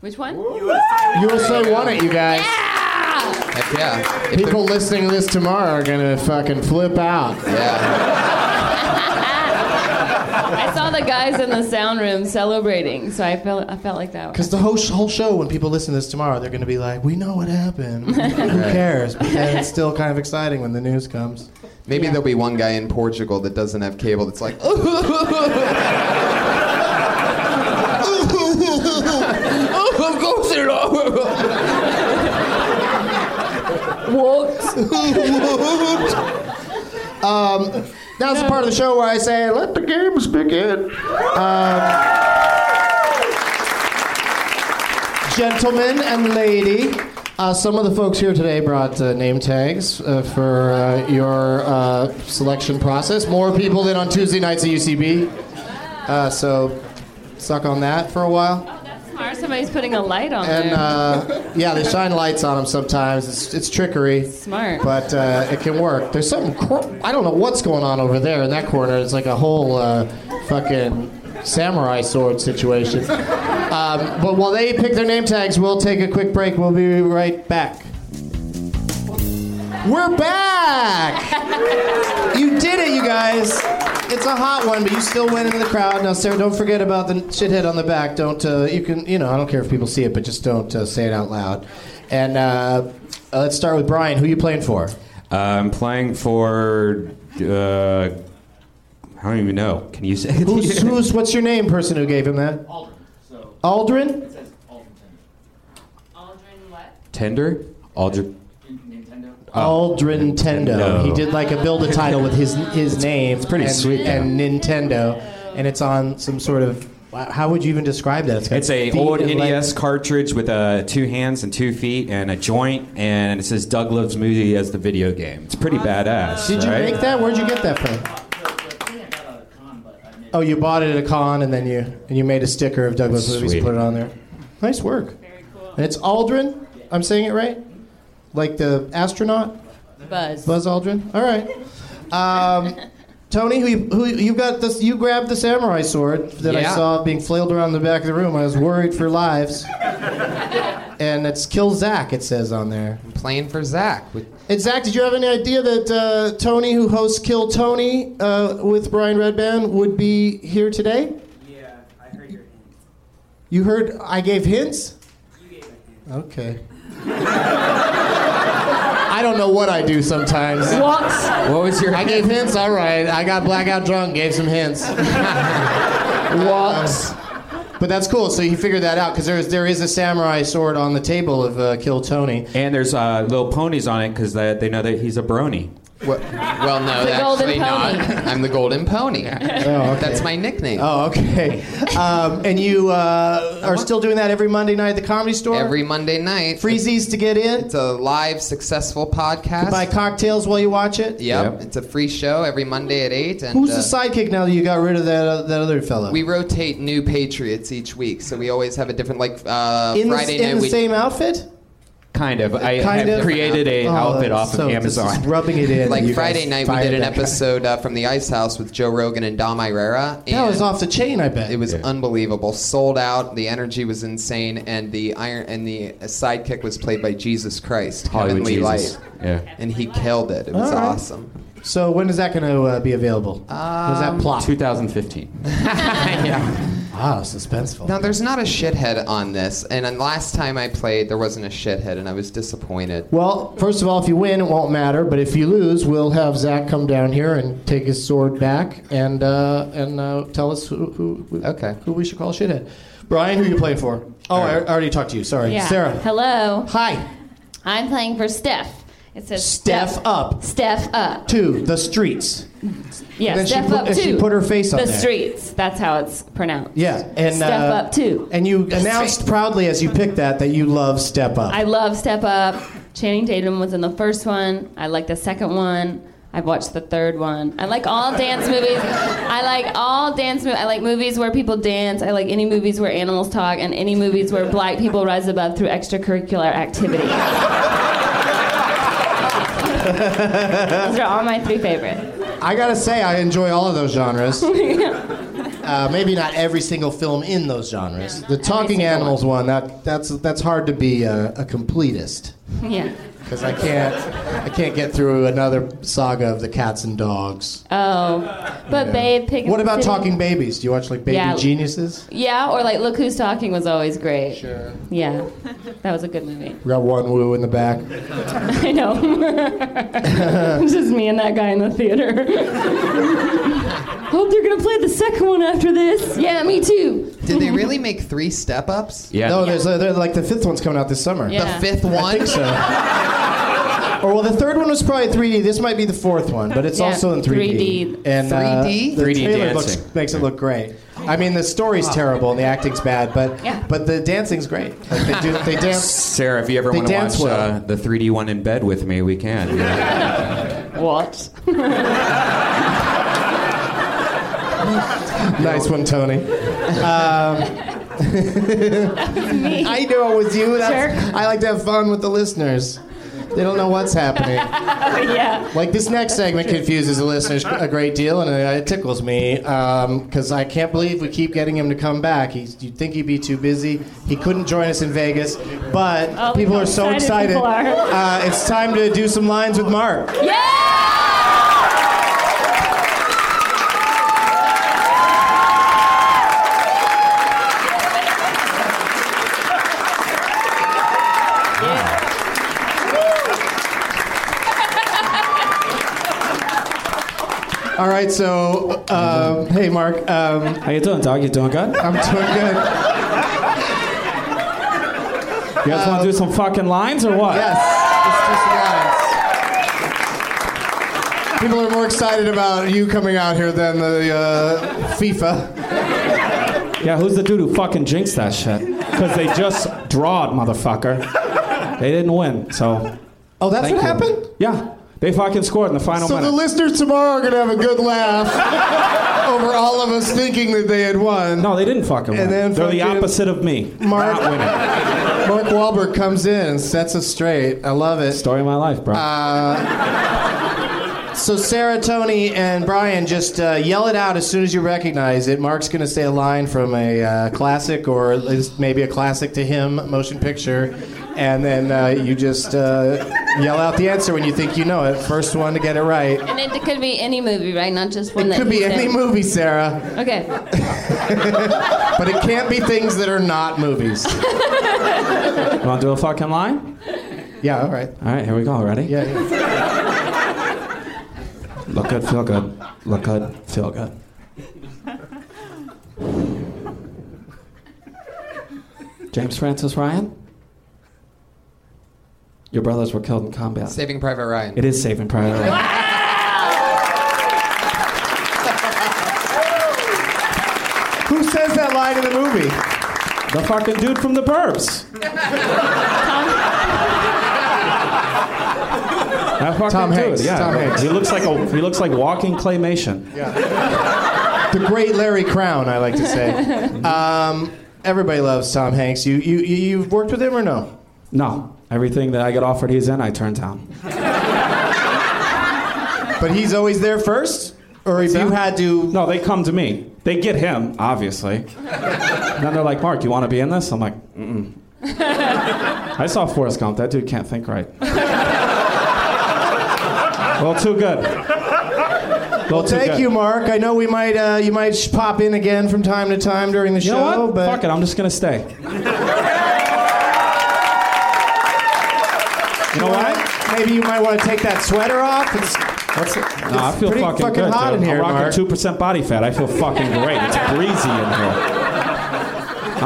Speaker 3: Which one?
Speaker 2: USA won it, you guys.
Speaker 5: Heck yeah. If
Speaker 2: People listening to this tomorrow are gonna fucking flip out. *laughs*
Speaker 5: they're- yeah.
Speaker 3: I saw the guys in the sound room celebrating, so I felt I felt like that.
Speaker 2: Because the whole, sh- whole show, when people listen to this tomorrow, they're going to be like, we know what happened. *laughs* Who cares? But then it's still kind of exciting when the news comes.
Speaker 5: Maybe there'll be one guy in Portugal that doesn't have cable that's like,
Speaker 4: Oh, of course it all. *laughs*
Speaker 2: *laughs*
Speaker 3: What?
Speaker 2: Um, Now it's the part of the show where I say, let the games begin. Um, gentlemen and lady, uh, some of the folks here today brought uh, name tags uh, for uh, your uh, selection process. More people than on Tuesday nights at UCB. Uh, so suck on that for a while.
Speaker 3: Smart. Somebody's putting a light on
Speaker 2: And
Speaker 3: there.
Speaker 2: uh, yeah, they shine lights on them sometimes. It's, it's trickery,
Speaker 3: Smart.
Speaker 2: but uh, it can work. There's something cr- I don't know what's going on over there in that corner. It's like a whole uh, fucking samurai sword situation. Um, but while they pick their name tags, we'll take a quick break. We'll be right back. We're back. you did it, you guys. It's a hot one, but you still went into the crowd. Now, Sarah, don't forget about the shithead on the back. Don't uh, you can you know I don't care if people see it, but just don't uh, say it out loud. And uh, uh, let's start with Brian. Who you playing for?
Speaker 4: Uh, I'm playing for. Uh, I don't even know. Can you say?
Speaker 2: Who's, who's what's your name? Person who gave him that? Aldrin.
Speaker 4: Tender? Aldrich.
Speaker 2: Aldrin Nintendo.
Speaker 4: Oh. Nintendo.
Speaker 2: He did like a build a title with his his name. It's
Speaker 4: pretty
Speaker 2: and,
Speaker 4: sweet, though.
Speaker 2: And Nintendo, and it's on some sort of. wow, How would you even describe that? got
Speaker 4: It's a
Speaker 2: feet
Speaker 4: old E
Speaker 2: and legs.
Speaker 4: NES cartridge with uh, two hands and two feet and a joint, and it says Doug Loves Movie as the video game. It's pretty badass.
Speaker 2: Did you
Speaker 4: right?
Speaker 2: make that? Where'd you get that from? Oh, you bought it at a con, and then you and you made a sticker of Douglas movies
Speaker 4: Sweet.
Speaker 2: and put it on there. Nice work. Very cool. And it's Aldrin. I'm saying it right, like the astronaut
Speaker 3: Buzz.
Speaker 2: Buzz Aldrin. All right. Um, Tony, who you, who you got this? You grabbed the samurai sword that I
Speaker 5: Yeah.
Speaker 2: saw being flailed around the back of the room. I was worried for lives. and it's kill Zach. It says on there.
Speaker 5: playing for Zach. With,
Speaker 2: And Zach, did you have any idea that uh, Tony, who hosts Kill Tony uh, with Brian Redband, would be here today?
Speaker 6: Yeah, I heard your
Speaker 2: You heard I gave hints?
Speaker 6: You gave a hint.
Speaker 2: Okay. *laughs* I don't know what I do sometimes.
Speaker 3: Walks.
Speaker 4: What was your?
Speaker 2: I gave hints, all right. I got blackout drunk, gave some
Speaker 5: *laughs*
Speaker 2: hints. Walks. But that's cool. So he figured that out because there is there is a samurai sword on the table of uh, Kill Tony.
Speaker 4: And there's uh, little ponies on it because they, they know that he's a brony.
Speaker 5: Well, well no,
Speaker 3: The golden
Speaker 5: actually not.
Speaker 3: pony.
Speaker 5: *laughs* I'm the golden pony.
Speaker 3: *laughs*
Speaker 2: Oh, okay.
Speaker 5: That's my nickname.
Speaker 2: Oh, okay. Um, and you uh, are still doing that every Monday night at the comedy store.
Speaker 5: Every Monday night,
Speaker 2: freezies to get in.
Speaker 5: It's a live, successful podcast.
Speaker 2: Buy cocktails while you watch it.
Speaker 5: Yep.
Speaker 4: Yep.
Speaker 5: It's a free show every Monday at 8. And,
Speaker 2: Who's
Speaker 5: uh,
Speaker 2: the sidekick now that you got rid of that uh, that other fellow?
Speaker 5: We rotate new Patriots each week, so we always have a different, like, uh,
Speaker 2: in the,
Speaker 5: Friday
Speaker 2: in
Speaker 5: night
Speaker 2: the
Speaker 5: we.
Speaker 2: same outfit.
Speaker 4: Kind of. I
Speaker 2: Kind
Speaker 4: have
Speaker 2: of.
Speaker 4: created a
Speaker 2: Oh,
Speaker 4: outfit off
Speaker 2: so
Speaker 4: of
Speaker 2: this is
Speaker 4: Amazon.
Speaker 2: rubbing it in. You
Speaker 5: like
Speaker 2: guys
Speaker 5: Friday night, we
Speaker 2: fired
Speaker 5: did an
Speaker 2: that guy.
Speaker 5: episode uh, from the Ice House with Joe Rogan and Dom Irera. And
Speaker 2: That was off the chain, I bet.
Speaker 5: It was unbelievable. Sold out. The energy was insane, and the iron and the sidekick was played by Jesus Christ,
Speaker 4: Hollywood
Speaker 5: Heavenly
Speaker 4: Jesus.
Speaker 5: Light,
Speaker 4: Yeah.
Speaker 5: and he killed it. It was
Speaker 2: All right.
Speaker 5: awesome.
Speaker 2: So when is that going to uh, be available? was that plot?
Speaker 4: 2015.
Speaker 2: wow, suspenseful.
Speaker 5: Now there's not a shithead on this, and then last time I played, there wasn't a shithead, and I was disappointed.
Speaker 2: well, first of all, if you win, it won't matter. But if you lose, we'll have Zach come down here and take his sword back and uh, and uh, tell us who who,
Speaker 5: Okay.
Speaker 2: who we should call shithead. Brian, who you playing for? Oh, I I already talked to you. Sorry,
Speaker 3: Yeah.
Speaker 2: Sarah.
Speaker 3: Hello.
Speaker 2: Hi,
Speaker 3: I'm playing for Steph. It says
Speaker 2: Steph up
Speaker 3: Steph up.
Speaker 2: to the streets.
Speaker 3: Yeah,
Speaker 2: Then she
Speaker 3: Steph
Speaker 2: put-
Speaker 3: up
Speaker 2: and
Speaker 3: too.
Speaker 2: she put her face on
Speaker 3: The
Speaker 2: there.
Speaker 3: streets. That's how it's pronounced.
Speaker 2: Yeah, and
Speaker 3: Step
Speaker 2: uh,
Speaker 3: Up too.
Speaker 2: And you announced proudly as you picked that that you love Step Up.
Speaker 3: I love Step Up. Channing Tatum was in the first one. I like the second one. I've watched the third one. I like all dance movies. I like all dance movies. I like movies where people dance. I like any movies where animals talk and any movies where black people rise above through extracurricular activities. Those are all my three favorites.
Speaker 2: I gotta say, I enjoy all of those
Speaker 3: *laughs*
Speaker 2: genres. Uh, maybe not every single film in those genres. the Talking
Speaker 3: single
Speaker 2: Animals one, that, that's, that's hard to be a, a completist
Speaker 3: Yeah.
Speaker 2: because I can't, I can't get through another saga of the cats and dogs.
Speaker 3: Oh, but babe, pick.
Speaker 2: what about
Speaker 3: City-
Speaker 2: Talking Babies? Do you watch like Baby
Speaker 3: Yeah.
Speaker 2: Geniuses?
Speaker 3: Yeah, or like Look Who's Talking was always great. Sure. Yeah, that was a good movie.
Speaker 2: We got one woo in the back.
Speaker 3: I *laughs* know. Just me and that guy in the theater. Hope they're gonna play the second one after this. Yeah, me too.
Speaker 2: *laughs*
Speaker 5: Did they really make three step ups?
Speaker 4: Yeah.
Speaker 2: No, Oh, there's a, there- like the fifth one's coming out this summer.
Speaker 3: Yeah.
Speaker 5: The fifth one.
Speaker 2: I think so. or well, the third one was probably 3D. This might be the fourth one, but it's
Speaker 3: Yeah,
Speaker 2: also in 3D.
Speaker 3: 3D.
Speaker 2: And uh,
Speaker 5: 3D?
Speaker 2: the
Speaker 4: 3D
Speaker 2: trailer
Speaker 4: dancing.
Speaker 2: looks, makes it look great. I mean, the story's terrible and the acting's bad, but
Speaker 3: Yeah.
Speaker 2: but the dancing's great. Like they do,
Speaker 3: *laughs*
Speaker 2: they dance.
Speaker 4: Sarah, if you ever
Speaker 2: They
Speaker 4: want to
Speaker 2: dance
Speaker 4: watch
Speaker 2: well.
Speaker 4: uh, the 3D one in bed with me, we can.
Speaker 3: What?
Speaker 2: nice one, Tony. Um,
Speaker 3: *laughs*
Speaker 2: I know it was you. That's,
Speaker 3: Jerk.
Speaker 2: I like to have fun with the listeners. They don't know what's happening.
Speaker 3: *laughs* yeah.
Speaker 2: Like this next segment confuses the listeners a great deal, and uh, it tickles me because I can't believe we keep getting him to come back. He's, you'd think he'd be too busy. He couldn't join us in Vegas, but
Speaker 3: Oh, look
Speaker 2: people
Speaker 3: how
Speaker 2: are so
Speaker 3: excited
Speaker 2: excited.
Speaker 3: people
Speaker 2: Uh, it's time to do some lines with Mark.
Speaker 3: Yeah!
Speaker 2: All right, so um, hey, Mark, um,
Speaker 6: How you doing, dog? You doing good?
Speaker 2: I'm doing good.
Speaker 6: You guys want to do some fucking lines or what?
Speaker 2: Um, Yes, it's just lines. People are more excited about you coming out here than the uh, FIFA.
Speaker 6: Yeah, who's the dude who fucking jinxed that shit? Because they just drawed, motherfucker. They didn't win, so.
Speaker 2: Oh, that's
Speaker 6: Thank
Speaker 2: what
Speaker 6: you.
Speaker 2: happened.
Speaker 6: Yeah, they fucking scored in the final
Speaker 2: So the
Speaker 6: minute.
Speaker 2: listeners tomorrow are going to have a good laugh over all of us thinking that they had won.
Speaker 6: no, they didn't fucking win.
Speaker 2: And then
Speaker 6: They're the
Speaker 2: fucking-
Speaker 6: opposite of me.
Speaker 2: Mark-
Speaker 6: Not winning.
Speaker 2: Mark Wahlberg comes in and sets us straight. I love it.
Speaker 6: Story of my life, bro.
Speaker 2: So Sarah, Tony, and Brian, just uh, yell it out as soon as you recognize it. Mark's going to say a line from a uh, classic or at least maybe a classic to him motion picture, and then uh, you just uh, Yell out the answer when you think you know it. First one to get it right.
Speaker 3: And it could be any movie, right? Not just one
Speaker 2: It
Speaker 3: that
Speaker 2: could be
Speaker 3: he's
Speaker 2: any
Speaker 3: in.
Speaker 2: movie, Sarah,
Speaker 3: Okay.
Speaker 2: but it can't be things that are not
Speaker 6: *laughs*
Speaker 2: movies.
Speaker 6: You want to do a fucking line?
Speaker 2: Yeah, all right.
Speaker 6: All right, here we go. Ready?
Speaker 2: Yeah, yeah.
Speaker 6: Look good, feel good. Look good, feel good. James Francis Ryan? Your brothers were killed in combat.
Speaker 5: Saving Private Ryan.
Speaker 6: It is Saving Private Ryan.
Speaker 2: Who says that line in the movie?
Speaker 6: The fucking dude from the
Speaker 2: *laughs*
Speaker 6: Burbs. That fucking
Speaker 2: Tom
Speaker 6: dude,
Speaker 2: Hanks,
Speaker 6: Yeah,
Speaker 2: Tom Hanks.
Speaker 6: he looks like a he looks like walking claymation.
Speaker 2: The great Larry Crown, I like to say. Um, everybody loves Tom Hanks. You, you, you- you've worked with him or no?
Speaker 6: No, everything that I get offered he's in, I turn down.
Speaker 2: But he's always there first? Or if you had to.
Speaker 6: No, Oh, they come to me. They get him, obviously. then they're like, Mark, you want to be in this? I'm like, mm. I saw Forrest Gump. That dude can't think right. well, too good. Well, too
Speaker 2: Thank
Speaker 6: good.
Speaker 2: you, Mark. I know we might, uh, you might sh- pop in again from time to time during the
Speaker 6: You
Speaker 2: show,
Speaker 6: know what?
Speaker 2: but
Speaker 6: Fuck it. I'm just gonna stay. you know what?
Speaker 2: maybe you might want to take that sweater off. It's,
Speaker 6: What's it? No, I feel
Speaker 2: pretty
Speaker 6: fucking,
Speaker 2: fucking
Speaker 6: good.
Speaker 2: hot
Speaker 6: dude.
Speaker 2: in here,
Speaker 6: I'm rocking
Speaker 2: Mark.
Speaker 6: two percent body fat. I feel fucking great. It's breezy in here.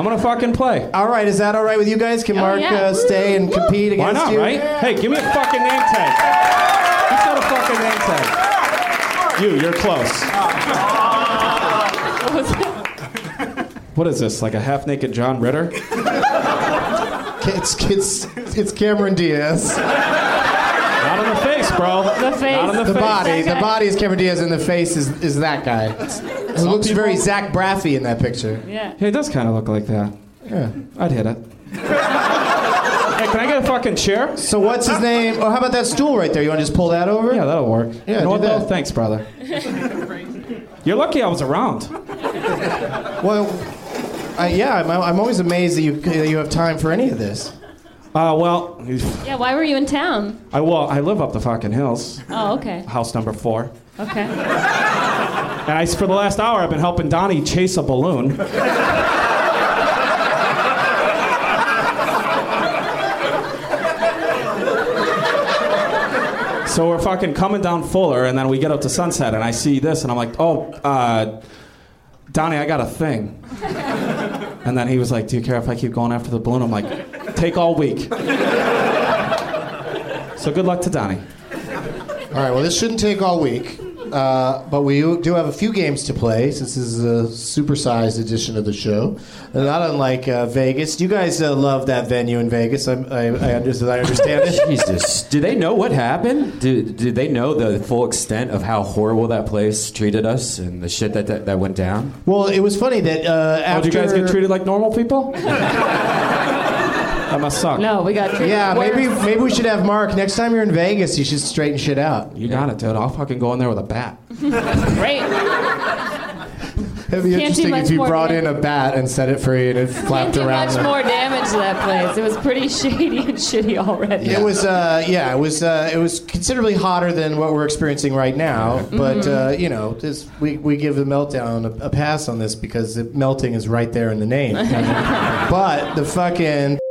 Speaker 6: I'm gonna fucking play.
Speaker 2: all right, is that all right with you guys? Can Mark
Speaker 3: yeah.
Speaker 2: uh, stay and compete
Speaker 6: Why
Speaker 2: against
Speaker 6: not,
Speaker 2: you?
Speaker 6: right? Hey, give me a fucking name tag. It's not a fucking name tag. You, you're close. What is this? Like a half naked John Ritter?
Speaker 2: It's, it's, it's Cameron Diaz.
Speaker 6: Not on the face, bro.
Speaker 3: The face.
Speaker 6: Not on the,
Speaker 2: The
Speaker 6: face.
Speaker 2: body, the
Speaker 3: That guy.
Speaker 2: body is Cameron Diaz, and the face is, is that
Speaker 6: *laughs*
Speaker 2: guy. It looks very Zach Braffy in that picture.
Speaker 3: Yeah.
Speaker 6: He does kind of look like that.
Speaker 2: Yeah. *laughs*
Speaker 6: I'd hit it. hey, can I get a fucking chair?
Speaker 2: So what's his name? Oh, how about that stool right there? You want to just pull that over?
Speaker 6: Yeah, that'll work.
Speaker 2: Yeah,
Speaker 6: you know
Speaker 2: do
Speaker 6: what, though?
Speaker 2: that.
Speaker 6: Thanks, brother. You're lucky I was around.
Speaker 2: Well, I, yeah, I'm, I'm always amazed that you that you have time for any of this.
Speaker 6: Uh, well,
Speaker 3: Yeah, why were you in town?
Speaker 6: I well, I live up the fucking hills,
Speaker 3: Oh, okay.
Speaker 6: house number four.
Speaker 3: Okay.
Speaker 6: And I, for the last hour, I've been helping Donnie chase a balloon. so we're fucking coming down Fuller, and then we get up to Sunset, and I see this, and I'm like, oh, uh, Donnie, I got a thing. And then he was like, do you care if I keep going after the balloon? I'm like, take all week. so good luck to Donnie.
Speaker 2: All right. Well, this shouldn't take all week, uh, but we do have a few games to play since this is a supersized edition of the show. And Not unlike uh, Vegas. You guys uh, love that venue in Vegas. I'm, I, I, under- I understand it.
Speaker 7: Jesus. Do they know what happened? Do, do they know the full extent of how horrible that place treated us and the shit that, that, that went down?
Speaker 2: Well, it was funny that uh,
Speaker 6: Oh,
Speaker 2: after
Speaker 6: do you guys get treated like normal people? that must suck.
Speaker 3: No, we got treated
Speaker 2: Yeah, maybe
Speaker 3: worse.
Speaker 2: maybe we should have Mark next time you're in Vegas. You should straighten shit out.
Speaker 6: You got it, dude. I'll fucking go in there with a bat.
Speaker 3: Great.
Speaker 2: It'd be
Speaker 3: Can't do
Speaker 2: interesting
Speaker 3: much
Speaker 2: if you
Speaker 3: more
Speaker 2: brought in
Speaker 3: than-
Speaker 2: a bat and set it free and it
Speaker 3: Can't
Speaker 2: flapped
Speaker 3: do
Speaker 2: around.
Speaker 3: much
Speaker 2: the-
Speaker 3: more damage to that place. It was pretty *laughs* shady and shitty already.
Speaker 2: It was, uh, yeah, it was, uh, it was considerably hotter than what we're experiencing right now. But uh, you know, this, we we give the meltdown a, a pass on this because the melting is right there in the name. but the fucking. *laughs*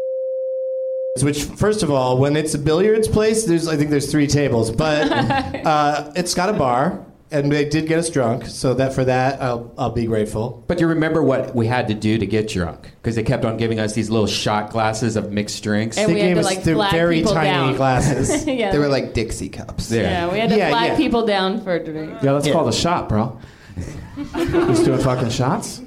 Speaker 2: Which, first of all, when it's a billiards place, there's I think there's three tables, but uh, it's got a bar, and they did get us drunk, so that for that I'll, I'll be grateful.
Speaker 7: But you remember what we had to do to get drunk? Because they kept on giving us these little shot glasses of mixed drinks.
Speaker 3: And
Speaker 2: They
Speaker 3: we
Speaker 2: gave
Speaker 3: had to
Speaker 2: us
Speaker 3: like
Speaker 2: the
Speaker 3: flag
Speaker 2: very
Speaker 3: people
Speaker 2: tiny
Speaker 3: down.
Speaker 5: *laughs*
Speaker 2: glasses.
Speaker 3: *laughs* yeah.
Speaker 5: They were like Dixie cups.
Speaker 7: There.
Speaker 3: yeah, we had to
Speaker 2: Yeah,
Speaker 3: flag
Speaker 2: yeah.
Speaker 3: people down for a drink.
Speaker 6: Yeah, that's
Speaker 2: Yeah.
Speaker 6: called a shot, bro. He's doing fucking shots.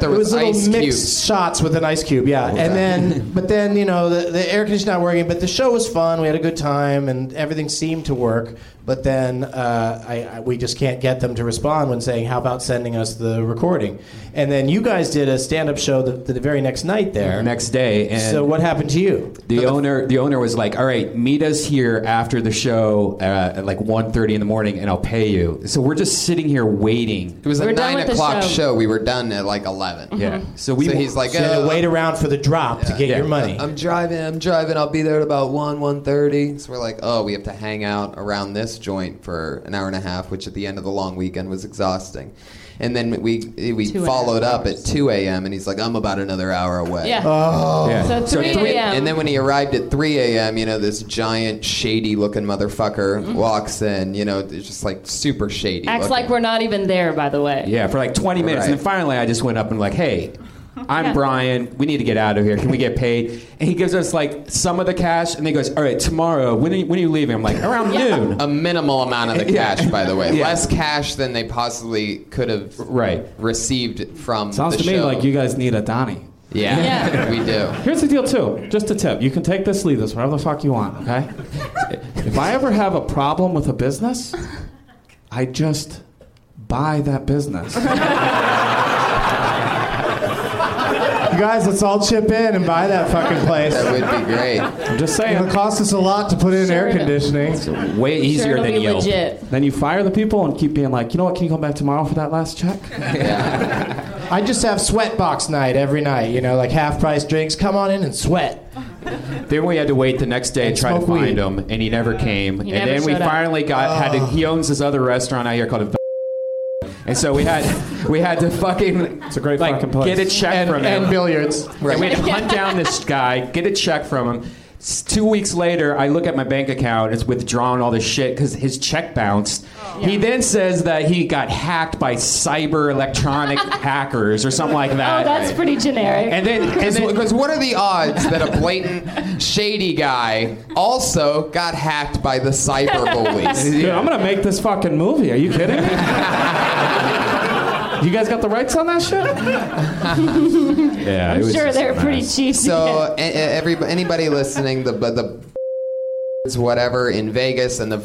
Speaker 3: *laughs*
Speaker 5: there
Speaker 2: It was
Speaker 5: was,
Speaker 2: little
Speaker 5: ice
Speaker 2: mixed
Speaker 5: cubes.
Speaker 2: shots with an ice cube, yeah. And then, but then you know the, the air conditioning not working. But the show was fun. We had a good time, and everything seemed to work. But then uh, I, I, we just can't get them to respond when saying, "How about sending us the recording?" And then you guys did a stand-up show the, the very next night there.
Speaker 7: Next day, and
Speaker 2: So what happened to you?
Speaker 7: the owner, the owner was like, "All right, meet us here after the show uh, at like 1.30 in the morning, and I'll pay you." So we're just sitting here
Speaker 4: waiting.
Speaker 2: Mm-hmm.
Speaker 5: It was
Speaker 3: We
Speaker 5: a
Speaker 3: were done
Speaker 5: nine
Speaker 3: with the
Speaker 5: o'clock
Speaker 3: show. Mhm.
Speaker 5: show. We were done at like eleven.
Speaker 4: Yeah. So we.
Speaker 5: So he's like,
Speaker 4: so-
Speaker 5: uh,
Speaker 1: to wait around for the drop to get
Speaker 4: Yeah.
Speaker 1: your money.
Speaker 5: I'm driving. I'm driving. I'll be there at about one, one thirty. So we're like, oh, we have to hang out around this joint for an hour and a half, which at the end of the long weekend was exhausting. And then we we
Speaker 3: Two and a half
Speaker 5: followed up
Speaker 3: hours.
Speaker 5: at two a.m. and he's like, I'm about another hour away.
Speaker 2: Oh,
Speaker 3: Yeah.
Speaker 5: "Oh."
Speaker 4: yeah.
Speaker 3: So 3 a.m.
Speaker 5: And then when he arrived at 3 a.m., you know, this giant, shady looking motherfucker walks in, you know, it's just like super shady.
Speaker 3: acts
Speaker 5: looking.
Speaker 3: like we're not even there, by the way.
Speaker 4: Yeah, for like 20 minutes. And then finally, I just went up and like, hey, I'm Brian. We need to get out of here. Can we get paid? And he gives us like some of the cash, and he goes, all right, tomorrow. When are you, when are you leaving? I'm like,
Speaker 6: *laughs*
Speaker 4: around noon.
Speaker 5: a minimal amount of the
Speaker 4: Yeah.
Speaker 5: cash, by the way.
Speaker 4: Yeah.
Speaker 5: Less cash than they possibly could have
Speaker 4: Right.
Speaker 5: received from
Speaker 6: Sounds
Speaker 5: the
Speaker 6: to me
Speaker 5: show.
Speaker 6: like you guys need a Donnie.
Speaker 5: Yeah, *laughs*
Speaker 3: Yeah.
Speaker 5: we do.
Speaker 6: Here's the deal, too. Just a tip. You can take this, leave this, whatever the fuck you want, okay? if I ever have a problem with a business, I just buy that business.
Speaker 2: You guys, let's all chip in and buy that fucking place.
Speaker 5: That would
Speaker 6: *laughs*
Speaker 5: be great.
Speaker 6: I'm just
Speaker 2: It'll
Speaker 6: saying.
Speaker 2: cost us a lot to put in
Speaker 3: Sure
Speaker 2: air
Speaker 3: enough.
Speaker 2: conditioning.
Speaker 4: Way
Speaker 3: Sure,
Speaker 4: easier
Speaker 3: it'll
Speaker 4: than
Speaker 3: be
Speaker 4: Yelp.
Speaker 3: legit.
Speaker 6: Then you fire the people and keep being like, you know what? Can you come back tomorrow for that last check?
Speaker 2: I just have sweat box night every night, you know, like half price drinks. Come on in and sweat.
Speaker 4: Then we had to wait the next day and try to
Speaker 2: smoke weed.
Speaker 4: find him, and he never came.
Speaker 3: He
Speaker 4: and
Speaker 3: never
Speaker 4: then we
Speaker 3: showed up.
Speaker 4: finally got had to. He owns this other restaurant out here called. A and so we had we had to fucking it's
Speaker 6: a great
Speaker 4: like
Speaker 6: fucking place.
Speaker 4: get a check
Speaker 2: And,
Speaker 4: from him
Speaker 2: and billiards.
Speaker 4: And we had to hunt down this guy, get a check from him. S- Two weeks later, I look at my bank account. It's withdrawn all this shit because his check bounced. He then says that he got hacked by cyber electronic hackers or something like
Speaker 3: Oh,
Speaker 4: that.
Speaker 3: that's pretty generic.
Speaker 4: and then, and then
Speaker 5: Because what are the odds that a blatant, shady guy also got hacked by the cyber bullies?
Speaker 6: Dude, I'm gonna make this fucking movie. Are you kidding me? you guys got the rights on that shit?
Speaker 4: *laughs* yeah, it
Speaker 3: I'm
Speaker 4: was
Speaker 3: sure
Speaker 4: just
Speaker 3: they're
Speaker 4: mad.
Speaker 3: pretty cheap.
Speaker 5: So, a- a- every, anybody listening, the the *laughs* it's whatever in Vegas and the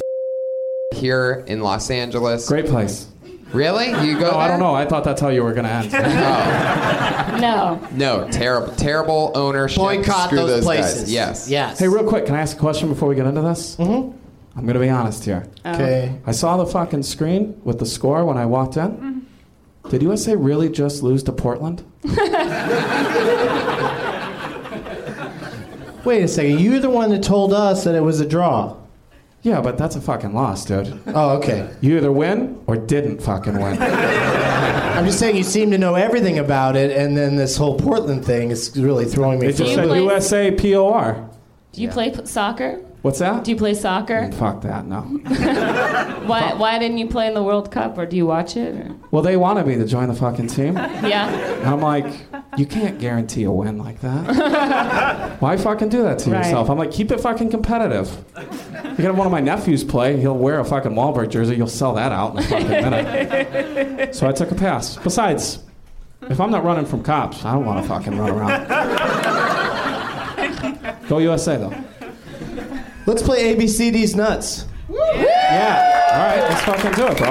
Speaker 5: *laughs* here in Los Angeles.
Speaker 6: Great place.
Speaker 5: Really? You go?
Speaker 6: Oh, I don't
Speaker 5: there?
Speaker 6: know. I thought that's how you were gonna end.
Speaker 3: *laughs* no.
Speaker 5: No, terrible, terrible ownership.
Speaker 2: Boycott
Speaker 5: Screw
Speaker 2: those,
Speaker 5: those guys.
Speaker 2: places.
Speaker 5: Yes.
Speaker 2: Yes.
Speaker 6: hey, real quick, can I ask a question before we get into this? Mm-hmm. I'm gonna be honest here.
Speaker 3: Oh.
Speaker 2: Okay.
Speaker 6: I saw the fucking screen with the score when I walked in.
Speaker 3: Mm-hmm.
Speaker 6: Did USA really just lose to Portland?
Speaker 2: Wait a second. You're the one that told us that it was a draw.
Speaker 6: Yeah, but that's a fucking loss, dude.
Speaker 2: Oh, okay.
Speaker 6: You either win or didn't fucking win.
Speaker 2: I'm just saying you seem to know everything about it, and then this whole Portland thing is really throwing me.
Speaker 6: It
Speaker 2: for a
Speaker 6: just
Speaker 3: you
Speaker 6: said
Speaker 3: play-
Speaker 6: USA POR.
Speaker 3: Do you play p- soccer?
Speaker 6: What's that?
Speaker 3: Do you play soccer?
Speaker 6: Fuck that, no.
Speaker 3: Why, why didn't you play in the World Cup, or do you watch it? Or?
Speaker 6: Well, they wanted me to join the fucking team.
Speaker 3: Yeah.
Speaker 6: And I'm like, you can't guarantee a win like that. Why fucking do that to
Speaker 3: Right.
Speaker 6: yourself? I'm like, keep it fucking competitive. You can have one of my nephews play. He'll wear a fucking Wahlberg jersey. You'll sell that out in a fucking minute. so I took a pass. Besides, if I'm not running from cops, I don't want to fucking run around. Go USA though.
Speaker 2: Let's play ABCD's nuts. Yeah.
Speaker 6: All right, let's fucking do it, bro.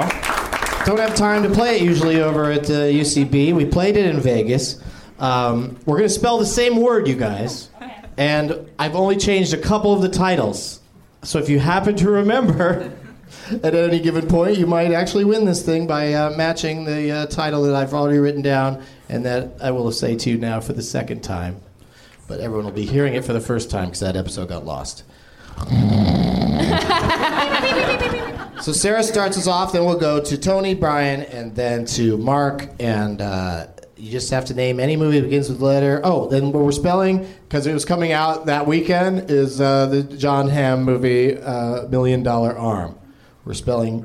Speaker 2: Don't have time to play it usually over at uh, UCB. We played it in Vegas. Um, we're gonna spell the same word, you guys. And I've only changed a couple of the titles. So if you happen to remember *laughs* at any given point, you might actually win this thing by uh, matching the uh, title that I've already written down and that I will say to you now for the second time. But everyone will be hearing it for the first time because that episode got lost. So Sarah starts us off, then we'll go to Tony, Brian, and then to Mark. And uh, you just have to name any movie that begins with the letter. Oh, then what we're spelling, because it was coming out that weekend, is uh, the John Hamm movie, uh, Million Dollar Arm. We're spelling.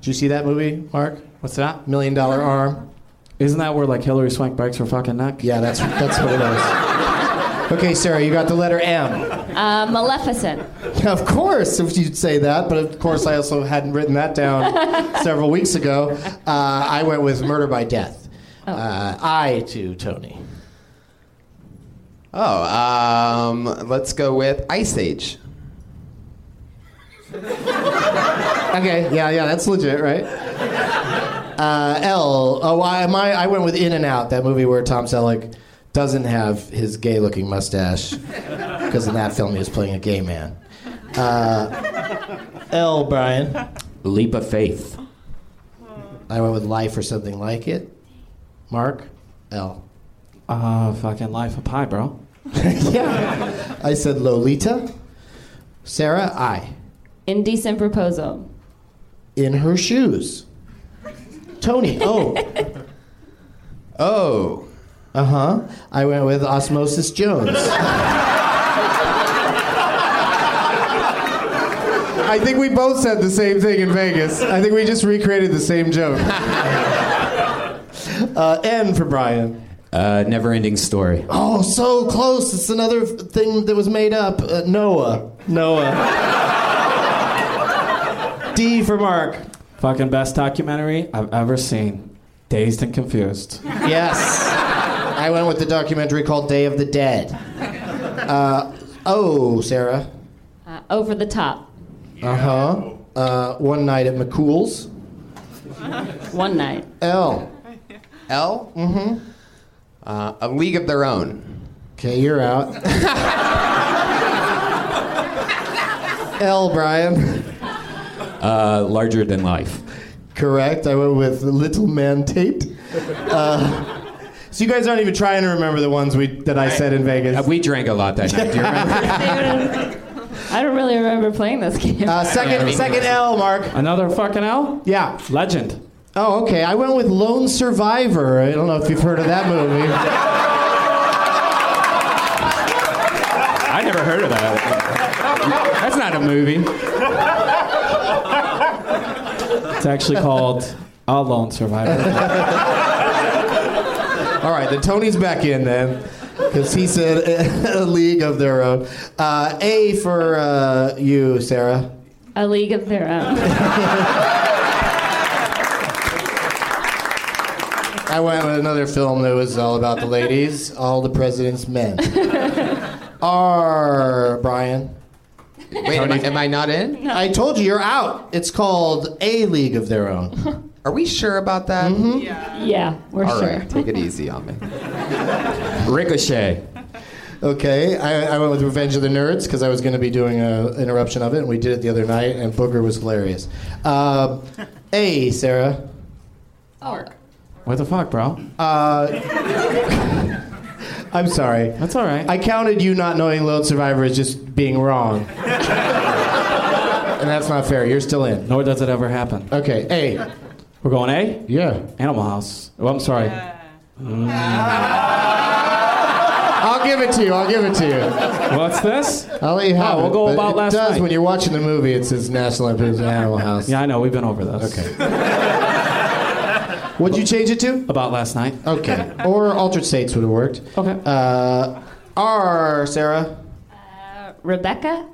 Speaker 2: Did you see that movie, Mark?
Speaker 6: What's that?
Speaker 2: Million Dollar Arm?
Speaker 6: Isn't that where like Hillary Swank breaks her fucking neck?
Speaker 2: Yeah, that's, that's what it is. Okay, Sarah, you got the letter M.
Speaker 3: Uh, Maleficent.
Speaker 2: *laughs* Of course, if you'd say that, but of course, I also hadn't written that down several weeks ago. Uh, I went with Murder by Death. Uh, I to Tony.
Speaker 5: Oh, um, let's go with Ice Age.
Speaker 2: Okay, yeah, yeah, that's legit, right? Uh, L. Oh, I, my, I went with In and Out, that movie where Tom Selleck doesn't have his gay looking mustache, because in that film he was playing a gay man. Uh, L, Brian.
Speaker 4: Leap of faith.
Speaker 2: I went with life or something like it. Mark L.
Speaker 6: Uh, fucking life of pie, bro.
Speaker 2: yeah. I said Lolita. Sarah, I.
Speaker 3: Indecent proposal.
Speaker 2: In her shoes. Tony, oh.
Speaker 5: Oh,
Speaker 2: Uh huh. I went with Osmosis Jones.
Speaker 5: I think we both said the same thing in Vegas. I think we just recreated the same joke.
Speaker 2: *laughs* Uh, N for Brian.
Speaker 7: Uh, never ending story.
Speaker 2: Oh, so close. It's another f- thing that was made up. Uh, Noah. Noah. *laughs* D for Mark.
Speaker 6: Fucking best documentary I've ever seen. Dazed and confused.
Speaker 2: Yes. I went with the documentary called Day of the Dead. Uh, oh, Sarah.
Speaker 3: Uh, over the top.
Speaker 2: Uh-huh. Uh One night at McCool's.
Speaker 3: One night.
Speaker 2: L.
Speaker 5: *laughs* L? Mm-hmm. Uh, a League of Their Own.
Speaker 2: Okay, you're out. L. Brian.
Speaker 7: Uh, larger than life.
Speaker 2: Correct. I went with Little Man Tate. Uh, so you guys aren't even trying to remember the ones we that I said in
Speaker 7: Uh,
Speaker 2: Vegas.
Speaker 7: we drank a lot
Speaker 5: *laughs*
Speaker 7: that night. Do you remember?
Speaker 3: I don't really remember playing this game.
Speaker 2: Uh, second, second L, Mark.
Speaker 6: Another fucking L?
Speaker 2: Yeah.
Speaker 6: Legend.
Speaker 2: Oh, okay. I went with Lone Survivor. I don't know if you've heard of that movie.
Speaker 7: I never heard of that. That's not a movie.
Speaker 6: It's actually called A Lone Survivor.
Speaker 2: All right, then Tony's back in then, because he said a league of their own. Uh, a for uh, you, Sarah.
Speaker 3: A league of their own.
Speaker 2: I went with another film that was all about the ladies, all the president's men. R, Brian.
Speaker 5: Wait, am I, am I not in?
Speaker 2: I told you you're out. It's called A League of Their Own.
Speaker 5: Are we sure about that?
Speaker 2: Mm-hmm.
Speaker 3: Yeah, we're
Speaker 5: All
Speaker 3: sure.
Speaker 5: right, take it easy on me.
Speaker 7: Ricochet.
Speaker 2: Okay, I, I went with Revenge of the Nerds because I was going to be doing an interruption of it, and we did it the other night, and Booger was hilarious. Uh, a, Sarah.
Speaker 6: What the fuck, bro?
Speaker 2: Uh, *laughs* I'm sorry.
Speaker 6: That's all right.
Speaker 2: I counted you not knowing Lone Survivor as just being wrong. and that's not fair. You're still in.
Speaker 6: Nor does it ever happen.
Speaker 2: Okay, A.
Speaker 6: We're going A?
Speaker 2: Yeah.
Speaker 6: Animal House. Oh, I'm sorry.
Speaker 2: I'll give it to you. I'll give it to you.
Speaker 6: What's this?
Speaker 2: I'll let you have
Speaker 6: we'll
Speaker 2: it.
Speaker 6: go
Speaker 2: but
Speaker 6: about
Speaker 2: it
Speaker 6: last
Speaker 2: does,
Speaker 6: night.
Speaker 2: when you're watching the movie, it says National Lampoon's Animal House.
Speaker 6: Yeah, I know. We've been over this.
Speaker 2: Okay. What'd you change it to?
Speaker 6: About last night.
Speaker 2: Okay. Or Altered States would have worked.
Speaker 6: Okay.
Speaker 2: Uh, R, Sarah.
Speaker 3: Uh, Rebecca?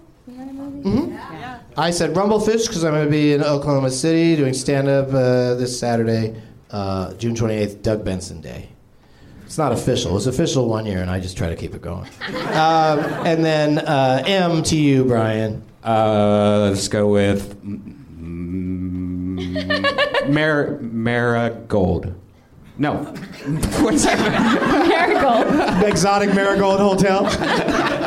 Speaker 2: I said Rumblefish because I'm going to be in Oklahoma City doing stand up uh, this Saturday, uh, June 28th, Doug Benson Day. It's not official. It was official one year, and I just try to keep it going. um, and then uh, M to you, Brian.
Speaker 7: Uh, let's go with mm, Mar- Marigold. No. *laughs* What's that?
Speaker 3: Marigold.
Speaker 2: Exotic Marigold
Speaker 7: *laughs*
Speaker 2: Hotel.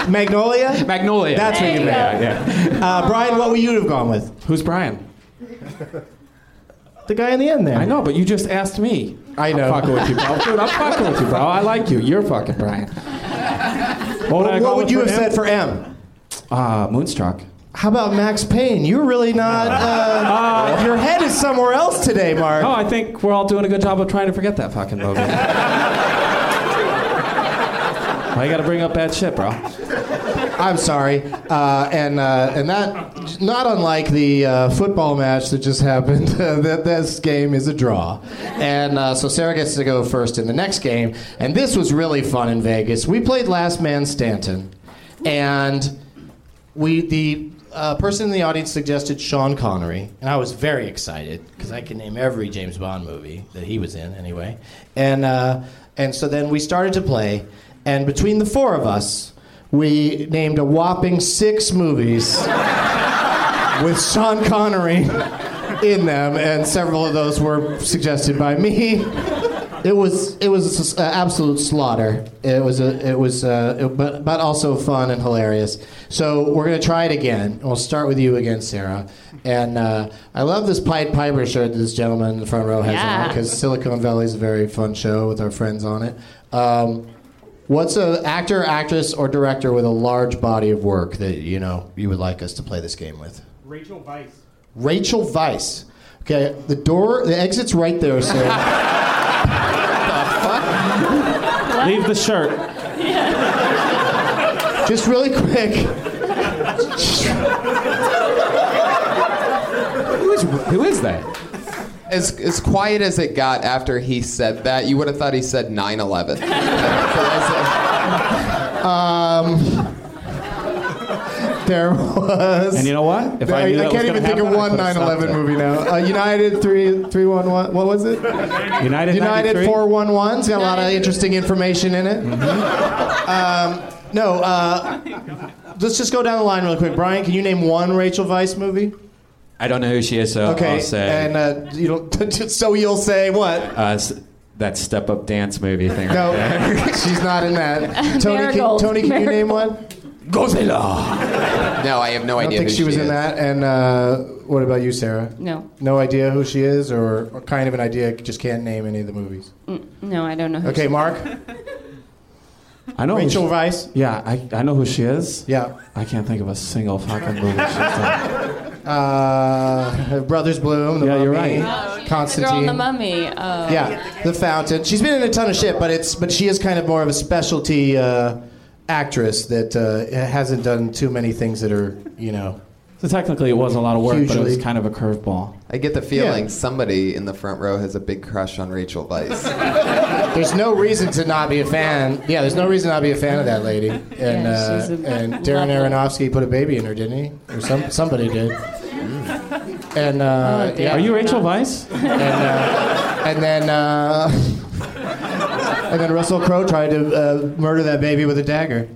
Speaker 2: Magnolia.
Speaker 7: Magnolia.
Speaker 2: That's what you meant.
Speaker 7: yeah.
Speaker 2: Uh, Brian, what would you have gone with?
Speaker 6: Who's Brian?
Speaker 2: The guy in the end there.
Speaker 6: I know, but you just asked me.
Speaker 2: I know.
Speaker 6: I'm fucking with you, bro. Dude, I'm fucking with you, bro. I like you. You're fucking Brian. What would, I go
Speaker 2: What would
Speaker 6: with
Speaker 2: you
Speaker 6: for
Speaker 2: have
Speaker 6: him?
Speaker 2: said for M?
Speaker 6: Uh, Moonstruck.
Speaker 2: How about Max Payne? You're really not. Uh, your head is somewhere else today, Mark.
Speaker 6: Oh, I think we're all doing a good job of trying to forget that fucking movie. I gotta bring up bad shit, bro.
Speaker 2: I'm sorry, uh, and uh, and that not unlike the uh, football match that just happened. *laughs* that this game is a draw, and uh, so Sarah gets to go first in the next game. And this was really fun in Vegas. We played Last Man Stanton, and we the uh, person in the audience suggested Sean Connery, and I was very excited because I can name every James Bond movie that he was in anyway. And uh, and so then we started to play, and between the four of us, we named a whopping six movies with Sean Connery in them, and several of those were suggested by me. It was it was an absolute slaughter. It was a it was uh but but also fun and hilarious. So we're gonna try it again. And We'll start with you again, Sarah. And uh, I love this Pied Piper shirt that this gentleman in the front row has
Speaker 3: Yeah.
Speaker 2: on because Silicon Valley is a very fun show with our friends on it. Um, what's an actor, actress, or director with a large body of work that you know you would like us to play this game with?
Speaker 6: Rachel Weiss.
Speaker 2: Rachel Weiss. Okay, the door, the exit's right there, Sarah.
Speaker 6: Leave the shirt.
Speaker 2: Just really quick.
Speaker 4: Who is, who is that?
Speaker 5: As, as quiet as it got after he said that, Uh, you would have thought he said 9 11.
Speaker 2: Um, There was.
Speaker 6: And you know what? If
Speaker 2: I,
Speaker 6: knew
Speaker 2: I
Speaker 6: that
Speaker 2: can't
Speaker 6: was gonna
Speaker 2: even think of
Speaker 6: happen, I
Speaker 2: one
Speaker 6: could've
Speaker 2: 9
Speaker 6: stopped
Speaker 2: 11
Speaker 6: it.
Speaker 2: movie now. Uh, United 3 311. What was it?
Speaker 6: United,
Speaker 2: United
Speaker 6: 93?
Speaker 2: 411's got a lot of interesting information in it. Um,
Speaker 6: Mm-hmm.
Speaker 2: no, uh, let's just go down the line really quick. Brian, can you name one Rachel Weisz movie?
Speaker 4: I don't know who she is, so
Speaker 2: Okay,
Speaker 4: I'll say
Speaker 2: and uh, you don't. so you'll *laughs* say what?
Speaker 4: uh, s- that step up dance movie thing.
Speaker 2: No, *laughs*
Speaker 4: Right
Speaker 2: she's not in
Speaker 3: *laughs*
Speaker 2: that. Tony, can,
Speaker 3: Marigold.
Speaker 2: Tony, can you name one?
Speaker 4: Godzilla.
Speaker 5: No, I have no
Speaker 2: I don't
Speaker 5: idea.
Speaker 2: think
Speaker 5: who
Speaker 2: she was in
Speaker 5: is.
Speaker 2: that. And uh, what about you, Sarah?
Speaker 3: No,
Speaker 2: No idea who she is, or, or kind of an idea, just can't name any of the movies.
Speaker 3: Mm-hmm. no, I don't know. Who
Speaker 2: Okay, Mark.
Speaker 6: I
Speaker 3: Oh.
Speaker 6: know. who
Speaker 2: Rachel
Speaker 6: she-
Speaker 2: Weiss.
Speaker 6: Yeah, I, I know who she is.
Speaker 2: Yeah.
Speaker 6: I can't think of a single fucking movie she's done.
Speaker 2: Uh, *laughs* Brothers Bloom. The Mummy,
Speaker 6: Yeah, you're
Speaker 3: Oh, she's the
Speaker 2: Constantine.
Speaker 3: Girl in the Mummy. Oh.
Speaker 2: Yeah, The Fountain. She's been in a ton of shit, but it's but she is kind of more of a specialty uh, actress that uh, hasn't done too many things that are you know.
Speaker 6: So technically, it was a lot of work, but it was
Speaker 2: Hugely.
Speaker 6: kind of a curveball.
Speaker 5: I get the feeling
Speaker 2: Yeah.
Speaker 5: somebody in the front row has a big crush on Rachel Weiss.
Speaker 2: There's no reason to not be a fan. Yeah, there's no reason not to be a fan of that lady. And
Speaker 3: Yeah, she's
Speaker 2: uh,
Speaker 3: a-
Speaker 2: and Darren Aronofsky put a baby in her, didn't he? Or some somebody
Speaker 3: *laughs*
Speaker 2: did. And uh, yeah,
Speaker 6: Oh, Are you Rachel Weiss?
Speaker 2: And then, uh, and then Russell Crowe tried to uh, murder that baby with a dagger.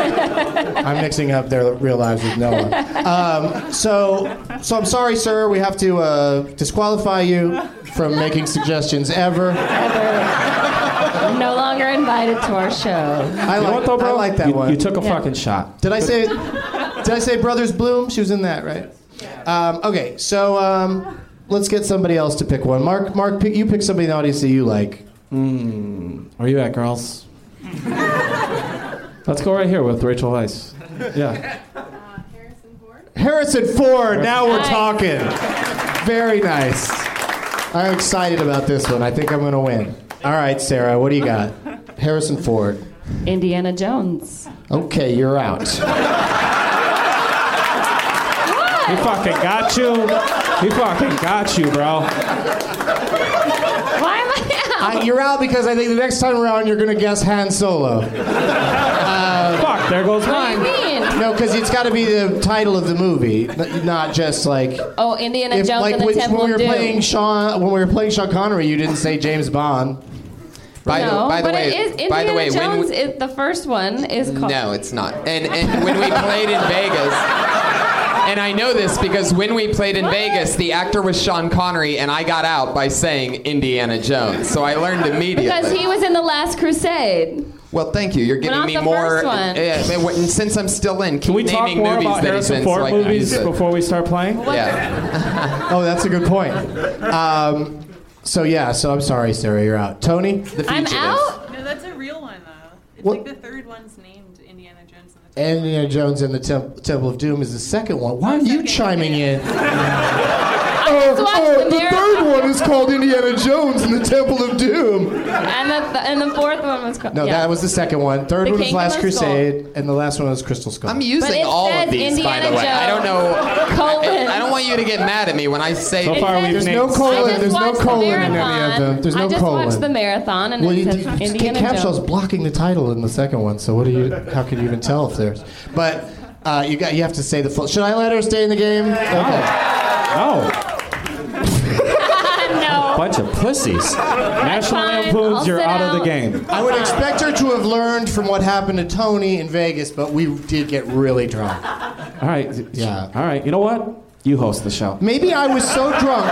Speaker 2: I'm mixing up their real lives with Noah. Um, so, so I'm sorry, sir. We have to uh, disqualify you from making suggestions ever.
Speaker 3: I'm no longer invited to our show.
Speaker 2: I,
Speaker 6: You know
Speaker 2: like,
Speaker 6: what though, bro?
Speaker 2: I like that
Speaker 6: you,
Speaker 2: one.
Speaker 6: You took a fucking shot.
Speaker 2: did I say? Did I say Brothers Bloom? She was in that, right? Um, okay, so um, let's get somebody else to pick one. Mark, Mark, pick, you pick somebody in the audience that you like.
Speaker 6: Where you
Speaker 2: *laughs*
Speaker 6: at, girls? Let's go right here with Rachel Weiss. Yeah.
Speaker 2: Harrison Ford. Now we're
Speaker 3: Nice.
Speaker 2: talking. Very nice. I'm excited about this one. I think I'm going to win. All right, Sarah, what do you got? Harrison Ford.
Speaker 3: Indiana Jones.
Speaker 2: Okay, you're out.
Speaker 6: He fucking got you. He fucking got you, bro.
Speaker 3: Why am I *laughs* out?
Speaker 2: I, you're out because I think the next time around you're going to guess Han Solo.
Speaker 6: Fuck, there goes
Speaker 3: What do
Speaker 6: mine.
Speaker 3: you mean?
Speaker 2: No, because it's got to be the title of the movie, n- not just like.
Speaker 3: Oh, Indiana
Speaker 2: If,
Speaker 3: Jones
Speaker 2: like
Speaker 3: and the
Speaker 2: which-
Speaker 3: Temple
Speaker 2: when we were
Speaker 3: of Doom.
Speaker 2: playing Sean, when we were playing Sean Connery, you didn't say James Bond.
Speaker 5: By the,
Speaker 3: no,
Speaker 5: by the
Speaker 3: but
Speaker 5: way,
Speaker 3: it is Indiana
Speaker 5: by the way, when
Speaker 3: Jones.
Speaker 5: we-
Speaker 3: is, the first one is called.
Speaker 5: No, it's not. And, and when we played in Vegas, and I know this because when we played in Vegas, the actor was Sean Connery, and I got out by saying Indiana Jones. So I learned immediately.
Speaker 3: Because he was in the Last Crusade.
Speaker 5: well, thank you. You're giving
Speaker 3: not
Speaker 5: me
Speaker 3: the
Speaker 5: more.
Speaker 3: first one.
Speaker 5: Yeah, but when- since I'm still in, keep
Speaker 6: Can we talk
Speaker 5: naming
Speaker 6: more
Speaker 5: movies
Speaker 6: about
Speaker 5: that he's
Speaker 6: Harrison
Speaker 5: in. so
Speaker 6: Ford
Speaker 5: I can
Speaker 6: movies
Speaker 5: use it.
Speaker 6: before we start playing?
Speaker 5: Yeah.
Speaker 2: Oh, that's a good point. Um, so yeah, so I'm sorry, Sarah, you're out. Tony.
Speaker 5: The
Speaker 3: I'm
Speaker 5: Fugitive.
Speaker 3: out.
Speaker 8: No, that's a real one though. It's
Speaker 2: What-
Speaker 8: like the third one's named Indiana Jones and the Temple.
Speaker 2: Indiana Jones and the Temp- Temple of Doom is the second one. Why are you
Speaker 8: Second,
Speaker 2: chiming
Speaker 8: yeah.
Speaker 2: in? Oh,
Speaker 3: watched the marathon.
Speaker 2: one is called Indiana Jones and the Temple of Doom.
Speaker 3: And the, the and the fourth one was called.
Speaker 2: No,
Speaker 3: yeah.
Speaker 2: that was the second one. Third one
Speaker 3: The
Speaker 2: was
Speaker 3: Kingdom
Speaker 2: Last
Speaker 3: of
Speaker 2: Crusade, and the last one was Crystal Skull.
Speaker 5: I'm
Speaker 3: But
Speaker 5: using
Speaker 3: it
Speaker 5: all
Speaker 3: says
Speaker 5: of these,
Speaker 3: Indiana
Speaker 5: by the way. I don't know.
Speaker 3: Colon.
Speaker 5: I don't want you to get mad at me when I say.
Speaker 6: So far, we've
Speaker 2: There's
Speaker 6: named
Speaker 2: no colon.
Speaker 3: I just
Speaker 2: There's no
Speaker 3: watched the
Speaker 2: colon in any of
Speaker 3: marathon.
Speaker 2: them. There's no
Speaker 3: I just
Speaker 2: colon.
Speaker 3: watched the marathon and
Speaker 2: well,
Speaker 3: it
Speaker 2: you,
Speaker 3: says
Speaker 2: you, Kate
Speaker 3: Indiana
Speaker 2: Capshaw's
Speaker 3: Jones.
Speaker 2: blocking the title in the second one. So what do you? How can you even tell if there's? But uh, you got. You have to say the full. Should I let her stay in the game? Okay.
Speaker 6: *laughs*
Speaker 7: *laughs*
Speaker 6: Oh,
Speaker 3: no.
Speaker 6: bunch of pussies. National
Speaker 3: fine.
Speaker 6: Lampoons,
Speaker 3: I'll
Speaker 6: you're
Speaker 3: sit
Speaker 6: out of the
Speaker 3: out.
Speaker 6: game.
Speaker 2: I would expect her to have learned from what happened to Tony in Vegas, but we did get really drunk.
Speaker 6: All right.
Speaker 2: Yeah.
Speaker 6: All right. You know what? You host the show.
Speaker 2: Maybe I was so drunk.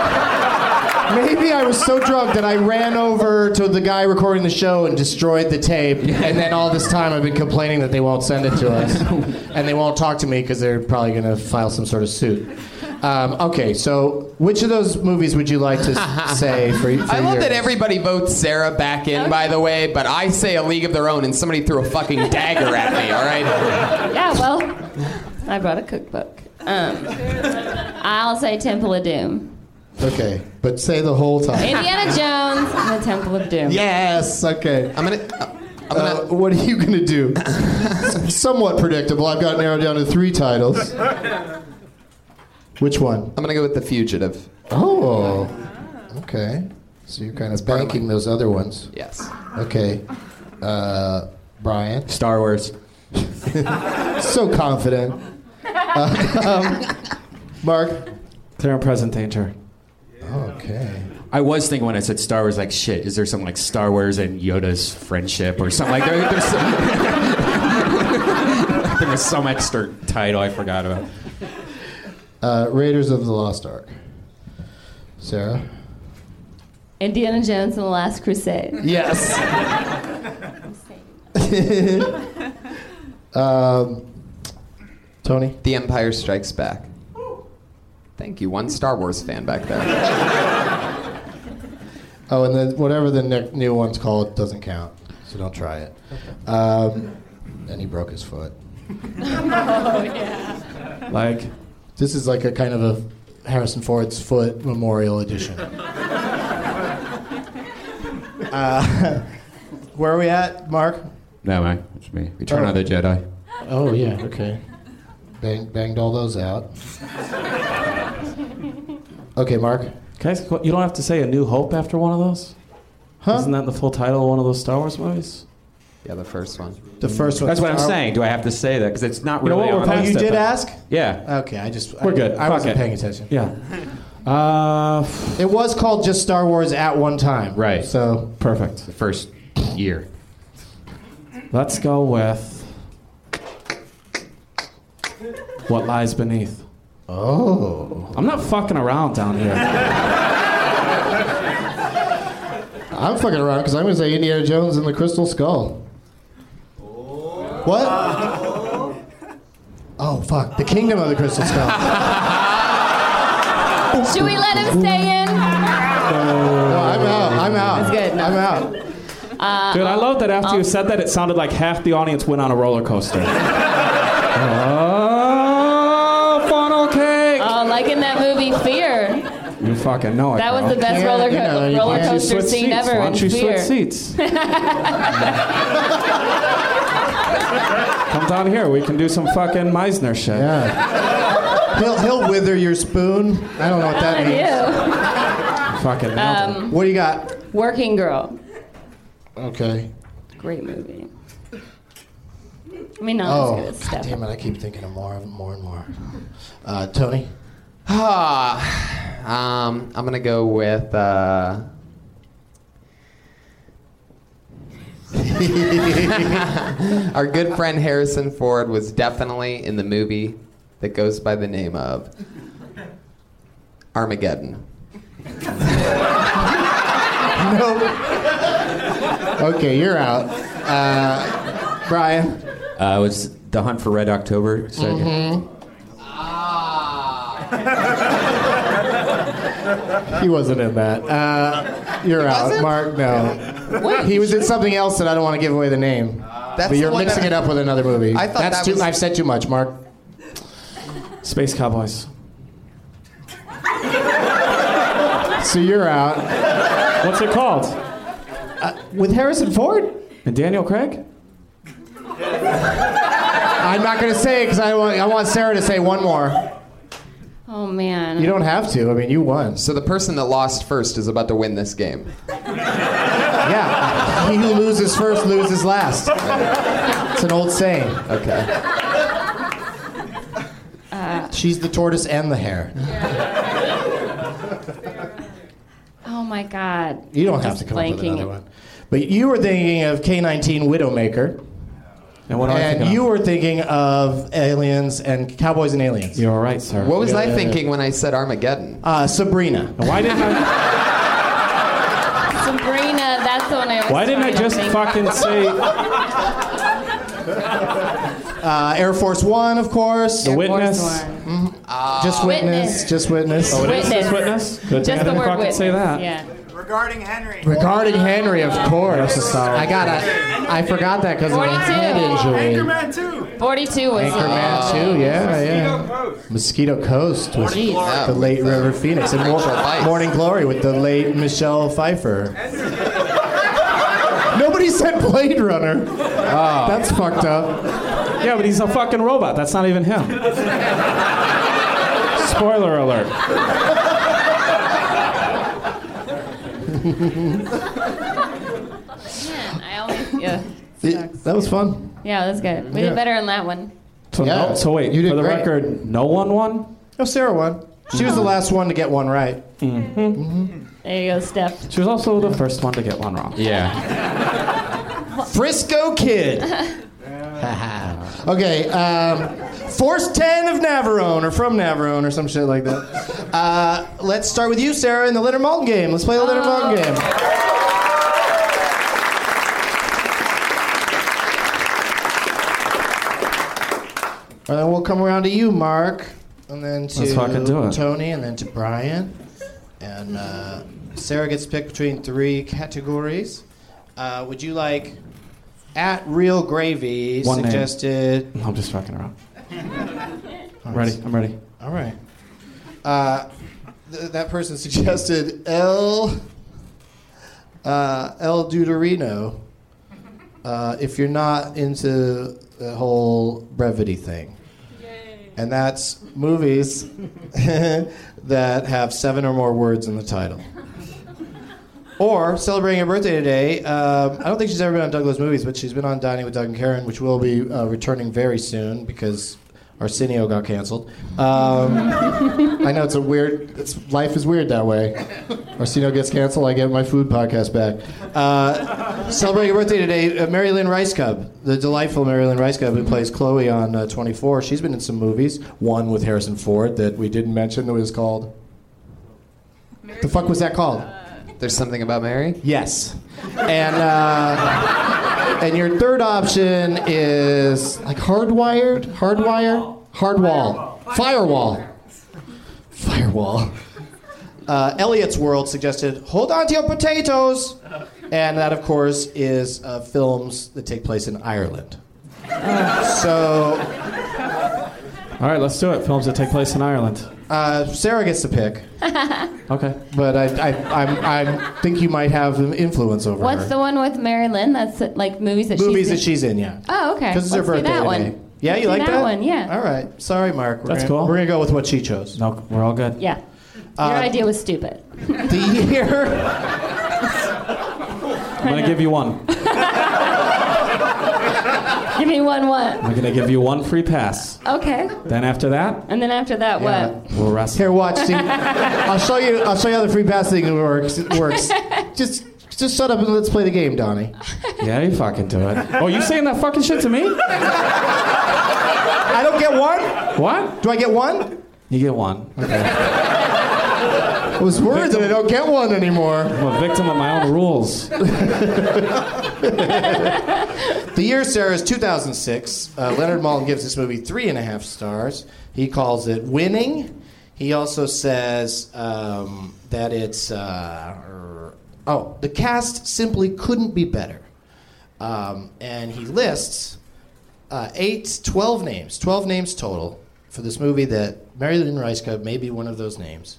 Speaker 2: Maybe I was so drunk that I ran over to the guy recording the show and destroyed the tape. And then all this time I've been complaining that they won't send it to us. And they won't talk to me because they're probably going to file some sort of suit. Um, okay, so which of those movies would you like to s- say for, for
Speaker 5: I love
Speaker 2: yours?
Speaker 5: that everybody votes Sarah back in, by the way, but I say A League of Their Own, and somebody threw a fucking dagger at me. All right.
Speaker 3: Yeah, well, I brought a cookbook. Um, I'll say Temple of Doom.
Speaker 2: Okay, but say the whole time. *laughs*
Speaker 3: Indiana Jones and the Temple of Doom.
Speaker 2: Yes, okay.
Speaker 5: I'm gonna.
Speaker 3: *laughs*
Speaker 5: I'm
Speaker 2: Uh,
Speaker 5: gonna.
Speaker 2: what are you going to do? S- Somewhat predictable. I've got narrowed down to three titles. Which one?
Speaker 5: I'm gonna go with the fugitive.
Speaker 2: Oh, okay. So you're kind of
Speaker 5: part of
Speaker 2: banking those other ones.
Speaker 5: Yes.
Speaker 2: Okay. Uh, Brian,
Speaker 7: Star Wars.
Speaker 2: so confident. Uh, um, Mark.
Speaker 6: Clear and present danger.
Speaker 2: Okay.
Speaker 7: I was thinking when I said Star Wars, like, shit, is there something like Star Wars and Yoda's friendship or something? Like, there, *laughs* there's some, there was some *laughs* extra title I forgot about.
Speaker 2: Uh, Raiders of the Lost Ark. Sarah.
Speaker 3: Indiana Jones and the Last Crusade.
Speaker 2: Yes. um, Tony.
Speaker 5: The Empire Strikes Back. Thank you, one Star Wars fan back there.
Speaker 2: Oh, and then whatever the ne- new one's called doesn't count, so don't try it. Um, and he broke his foot.
Speaker 6: Like,
Speaker 2: This is like a kind of a Harrison Ford's foot memorial edition. Uh, *laughs* where are we at, Mark?
Speaker 7: No, man, it's me. Return of the Jedi.
Speaker 2: Oh yeah, okay. Bang, banged all those out. Okay, Mark.
Speaker 6: can I ask, you don't have to say A New Hope after one of those?
Speaker 2: Huh?
Speaker 6: Isn't that the full title of one of those Star Wars movies?
Speaker 5: Yeah, the first one.
Speaker 2: The first one.
Speaker 7: That's what I'm
Speaker 2: Are-
Speaker 7: saying. Do I have to say that? Because it's not
Speaker 6: You know
Speaker 7: really
Speaker 6: what, we're
Speaker 7: on
Speaker 2: Oh,
Speaker 6: past
Speaker 2: you
Speaker 6: that,
Speaker 2: did
Speaker 6: but-
Speaker 2: ask.
Speaker 7: Yeah.
Speaker 2: Okay, I just
Speaker 6: We're good.
Speaker 2: I wasn't
Speaker 6: Fuck it.
Speaker 2: paying attention.
Speaker 6: Yeah. Uh,
Speaker 2: It was called just Star Wars at one time.
Speaker 7: Right.
Speaker 2: So
Speaker 6: perfect.
Speaker 7: The first year.
Speaker 6: Let's go with What Lies Beneath.
Speaker 2: Oh.
Speaker 6: I'm not fucking around down here.
Speaker 2: I'm fucking around because I'm going to say Indiana Jones and the Crystal Skull. What? Oh, fuck. The Kingdom of the Crystal
Speaker 3: *laughs*
Speaker 2: Skull.
Speaker 3: Should we let him stay in?
Speaker 2: No, I'm out. I'm out.
Speaker 3: That's good.
Speaker 2: I'm out.
Speaker 6: Dude, I love that
Speaker 3: Um,
Speaker 6: after you said that, it sounded like half the audience went on a roller
Speaker 3: *laughs*
Speaker 6: coaster. oh, funnel cake!
Speaker 3: Oh, like in that movie Fear.
Speaker 6: You fucking know it.
Speaker 3: That was
Speaker 6: bro.
Speaker 3: the best
Speaker 2: Yeah,
Speaker 3: roller,
Speaker 2: you know, you
Speaker 3: co- roller
Speaker 2: can't.
Speaker 6: Why don't you
Speaker 3: coaster
Speaker 6: switch
Speaker 3: scene
Speaker 6: seats?
Speaker 3: ever
Speaker 6: Why
Speaker 3: in
Speaker 6: don't you
Speaker 3: Fear.
Speaker 6: switch
Speaker 3: *laughs*
Speaker 6: seats? Come down here. We can do some fucking Meisner shit.
Speaker 2: Yeah. He'll, he'll wither your spoon. I don't know what that means.
Speaker 3: Ew.
Speaker 6: Fucking nailed
Speaker 3: Um,
Speaker 6: it.
Speaker 2: What do you got?
Speaker 3: Working Girl.
Speaker 2: Okay.
Speaker 3: Great movie. I mean, not
Speaker 2: Oh,
Speaker 3: as good as
Speaker 2: God
Speaker 3: Step
Speaker 2: damn it. I keep thinking of more, more and more. Uh, Tony?
Speaker 5: Ah, um, I'm gonna go with. Uh, *laughs* Our good friend Harrison Ford was definitely in the movie that goes by the name of Armageddon.
Speaker 2: Okay, you're out. Uh, Brian?
Speaker 7: Uh, it was The Hunt for Red October. So
Speaker 2: He wasn't in that. Uh, you're out.
Speaker 5: wasn't?
Speaker 2: Mark, no. He was in something else that I don't want to give away the name.
Speaker 5: That's
Speaker 2: but you're
Speaker 5: the one that
Speaker 2: mixing
Speaker 5: I-
Speaker 2: it up with another movie.
Speaker 5: Ah. I thought
Speaker 2: That's
Speaker 5: that
Speaker 2: too,
Speaker 5: was-
Speaker 2: I've said too much, Mark.
Speaker 6: Space Cowboys.
Speaker 2: So you're out. Uh,
Speaker 6: What's it called?
Speaker 2: With Harrison Ford?
Speaker 6: And Daniel Craig?
Speaker 2: I'm not going to say because I want, I want Sarah to say one more.
Speaker 3: Oh, man.
Speaker 2: You don't have to. I mean, you won.
Speaker 5: So the person that lost first is about to win this game.
Speaker 2: Yeah. He who loses first loses last. It's an old saying.
Speaker 5: Okay.
Speaker 2: She's the tortoise and the hare.
Speaker 3: oh, my God.
Speaker 2: You don't
Speaker 3: I'm
Speaker 2: have
Speaker 3: just
Speaker 2: to come up with
Speaker 3: blanking.
Speaker 2: another one. But you were thinking of K19 Widowmaker.
Speaker 6: And what am I
Speaker 2: And
Speaker 6: thinking
Speaker 2: you
Speaker 6: of?
Speaker 2: were thinking of aliens and cowboys and aliens.
Speaker 6: You're all right, sir.
Speaker 5: What was
Speaker 2: Yeah,
Speaker 5: I
Speaker 2: yeah,
Speaker 5: thinking when I said Armageddon?
Speaker 2: Uh, Sabrina.
Speaker 6: Why didn't I?
Speaker 3: Sabrina, that's the one I was
Speaker 6: Why didn't I
Speaker 3: trying to
Speaker 6: just
Speaker 3: think.
Speaker 6: fucking say?
Speaker 2: Uh, Air Force One, of course.
Speaker 6: The
Speaker 3: Force
Speaker 6: witness.
Speaker 3: one.
Speaker 2: Just witness.
Speaker 3: Witness.
Speaker 2: Just witness.
Speaker 3: Witness.
Speaker 6: Witness. Good thing I
Speaker 3: Just the
Speaker 6: didn't
Speaker 3: word
Speaker 6: fucking
Speaker 3: witness.
Speaker 6: say that.
Speaker 3: Yeah.
Speaker 1: Regarding Henry.
Speaker 2: Regarding Henry, of course.
Speaker 6: That's a solid-
Speaker 2: I got to I forgot that because of my
Speaker 3: 42.
Speaker 2: head injury.
Speaker 1: 2.
Speaker 3: 42 was Oh.
Speaker 2: Anchorman too. Yeah, yeah. Mosquito Coast was
Speaker 3: Jeez.
Speaker 5: Yeah,
Speaker 2: the late River Phoenix and
Speaker 5: Rachel
Speaker 2: Mor-
Speaker 5: Weisz.
Speaker 2: Morning Glory with the late Michelle Pfeiffer. Nobody said Blade Runner. That's fucked up.
Speaker 6: Yeah, but he's a fucking robot. That's not even him. Spoiler alert.
Speaker 3: Man, I always, yeah.
Speaker 2: That was fun.
Speaker 3: Yeah, that's good. We did better on that one.
Speaker 6: So,
Speaker 2: Yeah.
Speaker 6: no, so wait,
Speaker 2: You did
Speaker 6: for the
Speaker 2: great.
Speaker 6: record, no one won?
Speaker 2: No, Sarah won. She was the last one to get one right.
Speaker 3: There you go, Steph.
Speaker 6: She was also the first one to get one wrong.
Speaker 7: Yeah.
Speaker 2: Frisco Kid. *laughs* okay, um, Force 10 of Navarone, or from Navarone, or some shit like that. Uh, let's start with you, Sarah, in the Leonard Malton game. Let's play the Leonard Malton game. And then we'll come around to you, Mark, and then to
Speaker 6: Let's fucking do it.
Speaker 2: Tony, and then to Brian. And uh, Sarah gets picked between three categories. Uh, would you like at Real Gravy
Speaker 6: One name.
Speaker 2: suggested?
Speaker 6: I'm just fucking around. I'm ready. I'm ready.
Speaker 2: All right. Uh, th- that person suggested El uh, El Deuterino. Uh, if you're not into the whole brevity thing, and that's movies *laughs* that have seven or more words in the title. Or celebrating her birthday today. Um, I don't think she's ever been on Douglas movies, but she's been on Dining with Doug and Karen, which will be uh, returning very soon because Arsenio got canceled. Um, I know it's a weird. It's, life is weird that way. Arsenio gets canceled. I get my food podcast back. Uh, celebrating her birthday today, uh, Mary Lynn Rice Cub, the delightful Mary Lynn Rice Cub who plays Chloe on uh, 24. She's been in some movies. One with Harrison Ford that we didn't mention that was called. The fuck was that called?
Speaker 5: There's something about Mary?
Speaker 2: Yes. And uh, and your third option is like hardwired, hardwire, hardwall, firewall, firewall. Uh, Elliot's World suggested "Hold on to your potatoes," and that, of course, is uh, films that take place in Ireland. So
Speaker 6: All right, let's do it. Films that take place in Ireland.
Speaker 2: uh, Sarah gets to pick,
Speaker 6: Okay.
Speaker 2: but I, I, I'm, I think you might have an influence over
Speaker 3: What's
Speaker 2: her.
Speaker 3: the one with Mary Lynn? That's like movies that
Speaker 2: movies
Speaker 3: she's
Speaker 2: that she's in? Yeah.
Speaker 3: Oh, okay.
Speaker 2: Because it's
Speaker 3: Let's
Speaker 2: her
Speaker 3: do
Speaker 2: birthday
Speaker 3: that
Speaker 2: today.
Speaker 3: one.
Speaker 2: Yeah,
Speaker 3: Let's
Speaker 2: you
Speaker 3: do
Speaker 2: like that?
Speaker 3: that one, yeah.
Speaker 2: All right. Sorry, Mark. We're
Speaker 6: That's
Speaker 2: gonna,
Speaker 6: cool.
Speaker 2: We're gonna go with what she chose.
Speaker 6: No, we're all good.
Speaker 3: Yeah. Your
Speaker 2: Uh,
Speaker 3: idea was stupid. *laughs*
Speaker 2: The year.
Speaker 6: I'm going to give you one.
Speaker 3: Give me one what?
Speaker 6: I'm going to give you one free pass.
Speaker 3: Okay.
Speaker 6: Then after that,
Speaker 3: And then after that,
Speaker 2: Yeah.
Speaker 3: what?
Speaker 6: we'll wrestle.
Speaker 2: Here, watch.
Speaker 3: *laughs*
Speaker 2: See, I'll show you. I'll show you how the free pass thing works. It works. just, just shut up and let's play the game, Donnie.
Speaker 6: Yeah, you fucking do it. Oh, you saying that fucking shit to me?
Speaker 2: I don't get one.
Speaker 6: What?
Speaker 2: Do I get one?
Speaker 6: You get one. Okay.
Speaker 2: I was worried that I don't get one anymore.
Speaker 6: I'm a victim of my own rules.
Speaker 2: The year, Sarah, is 2006. Uh, Leonard Maltin gives this movie three and a half stars. He calls it winning. He also says um, that it's uh, oh, the cast simply couldn't be better. Um, and he lists uh, eight, 12 names, 12 names total for this movie that Mary Lynn Rice Cub may be one of those names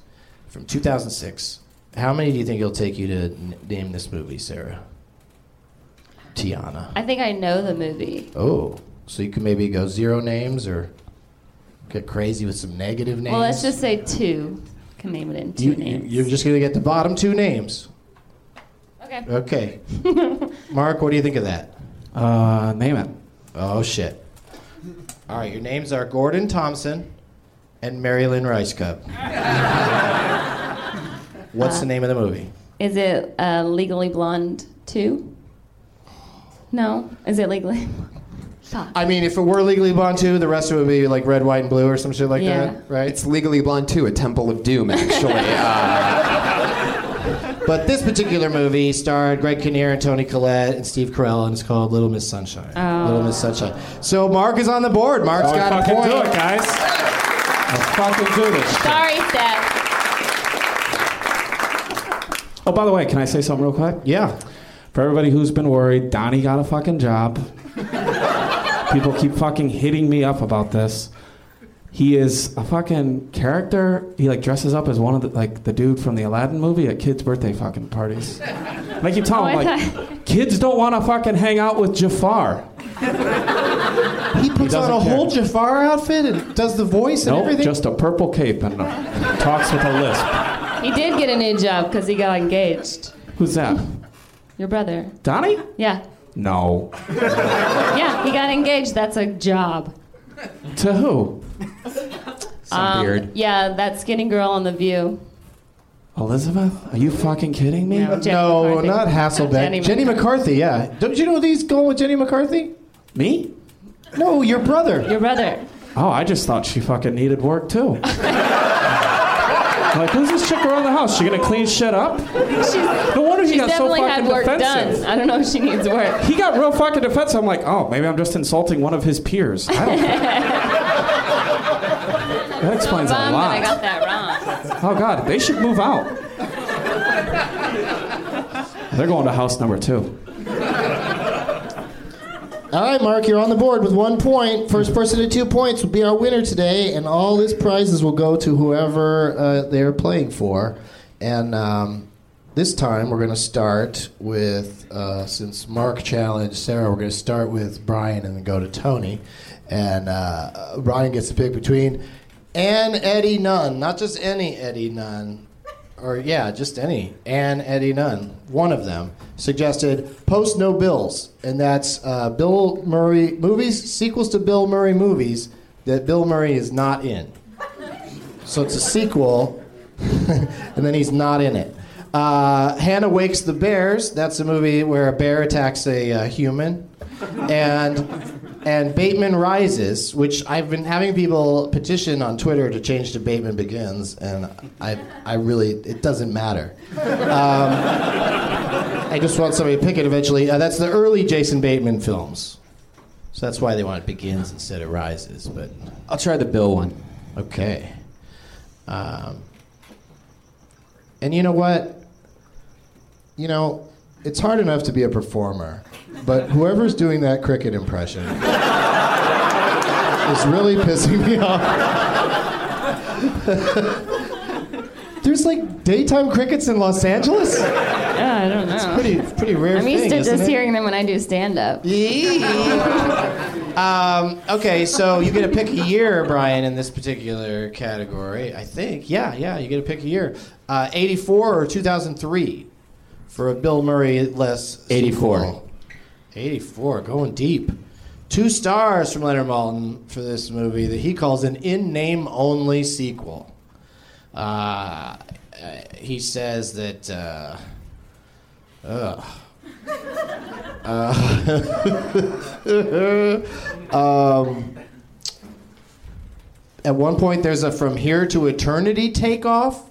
Speaker 2: from 2006. How many do you think it'll take you to n- name this movie, Sarah? Tiana.
Speaker 3: I think I know the movie.
Speaker 2: Oh, so you can maybe go zero names or get crazy with some negative names.
Speaker 3: Well, let's just say two. Can name it in two
Speaker 2: You, you-
Speaker 3: names.
Speaker 2: you're just going to get the bottom two names.
Speaker 3: okay.
Speaker 2: Okay.
Speaker 3: *laughs*
Speaker 2: Mark, what do you think of that?
Speaker 6: Uh, name it.
Speaker 2: Oh, shit. All right, your names are Gordon Thompson and Marilyn Rice
Speaker 3: *laughs*
Speaker 2: Cup. What's the name of the movie?
Speaker 3: Is it uh, Legally *laughs* Blonde 2? No. Is it Legally Blonde? Fuck.
Speaker 2: I mean, if it were Legally Blonde 2, the rest of it would be like red, white, and blue or some shit like
Speaker 3: Yeah.
Speaker 2: that, right?
Speaker 5: It's Legally Blonde 2, A Temple of Doom,
Speaker 2: *laughs*
Speaker 5: actually. Uh,
Speaker 6: uh,
Speaker 2: But this particular movie starred Greg Kinnear and Tony Collette and Steve Carell, and it's called Little Miss Sunshine. Little Miss Sunshine. So Mark is on the board. Mark's
Speaker 6: Oh,
Speaker 2: got a
Speaker 6: fucking
Speaker 2: point.
Speaker 6: do it, guys. Let's fucking do this. shit.
Speaker 3: Sorry, Steph.
Speaker 6: Oh, by the way, can I say something real quick?
Speaker 2: Yeah.
Speaker 6: For everybody who's been worried, Donnie got a fucking job. People keep fucking hitting me up about this. He is a fucking character. He like dresses up as one of the like the dude from the Aladdin movie at kids' birthday fucking parties. And I keep telling him
Speaker 3: Oh, I
Speaker 6: like, kids don't want to fucking hang out with Jafar.
Speaker 2: He puts on
Speaker 6: doesn't
Speaker 2: a
Speaker 6: care.
Speaker 2: whole Jafar outfit and does the voice and
Speaker 6: Nope,
Speaker 2: everything.
Speaker 6: just a purple cape and uh, talks with a lisp.
Speaker 3: He did get a new job because he got engaged.
Speaker 6: Who's that?
Speaker 3: Your brother.
Speaker 6: Donnie?
Speaker 3: Yeah.
Speaker 6: No.
Speaker 3: *laughs* Yeah, he got engaged. That's a job.
Speaker 6: To who?
Speaker 7: Some beard.
Speaker 3: Um, Yeah, that skinny girl on The View.
Speaker 6: Elizabeth? Are you fucking kidding me?
Speaker 3: No, Jenny
Speaker 2: no,
Speaker 3: McCarthy.
Speaker 2: not Hasselbeck. Jenny,
Speaker 3: Jenny
Speaker 2: McCarthy. yeah. Don't you know that he's going with Jenny McCarthy?
Speaker 6: Me?
Speaker 2: No, your brother.
Speaker 6: *laughs*
Speaker 3: Your brother.
Speaker 6: Oh, I just thought she fucking needed work
Speaker 2: *laughs*
Speaker 6: too. like, who's this chick around the house? She gonna clean shit up?
Speaker 3: She's,
Speaker 6: No wonder he
Speaker 3: she's
Speaker 6: got so
Speaker 3: definitely had
Speaker 6: fucking
Speaker 3: work
Speaker 6: defensive.
Speaker 3: done. I don't know if she needs work.
Speaker 6: He got real fucking defensive. I'm like, oh, maybe I'm just insulting one of his peers. I don't. that
Speaker 2: *laughs*
Speaker 6: explains a
Speaker 3: Bummed that I
Speaker 6: lot.
Speaker 3: got that
Speaker 6: *laughs*
Speaker 3: wrong.
Speaker 6: Oh God, they should move out. They're going to house number two.
Speaker 2: All right, Mark, you're on the board with one point. First person to two points will be our winner today, and all these prizes will go to whoever uh, they're playing for. And um, this time we're going to start with, uh, since Mark challenged Sarah, we're going to start with Brian and then go to Tony. And uh, Brian gets to pick between Ann Eddie Nunn, not just any Eddie Nunn, or yeah, just any. Ann Eddie Nunn, one of them, suggested Post No Bills, and that's uh, Bill Murray movies, sequels to Bill Murray movies that Bill Murray is not in. So it's a sequel, *laughs* and then he's not in it. Uh, Hannah Wakes the Bears, that's a movie where a bear attacks a uh, human. And. And Bateman Rises, which I've been having people petition on Twitter to change to Bateman Begins, and I, I really, it doesn't matter. Um, I just want somebody to pick it eventually. Uh, that's the early Jason Bateman films. So that's why they want it begins instead of rises. But
Speaker 7: I'll try the Bill one.
Speaker 2: okay. Um, and you know what? You know, it's hard enough to be a performer, but whoever's doing that cricket impression is really pissing me off. *laughs* There's like daytime crickets in Los Angeles.
Speaker 3: Yeah, I don't know.
Speaker 2: Pretty, pretty rare.
Speaker 3: I'm used
Speaker 2: thing,
Speaker 3: to
Speaker 2: isn't
Speaker 3: just
Speaker 2: it?
Speaker 3: hearing them when I do
Speaker 6: *laughs*
Speaker 3: stand up.
Speaker 2: um, okay, so you get to pick a year, Brian, in this particular category. I think, yeah, yeah, you get to pick a year, uh, '84 or 2003, for a Bill Murray less.
Speaker 7: 84.
Speaker 2: 84, going deep. Two stars from Leonard Maltin for this movie that he calls an in name only sequel. Uh, uh, he says that. Uh, ugh. um, at one point, there's a from here to eternity takeoff.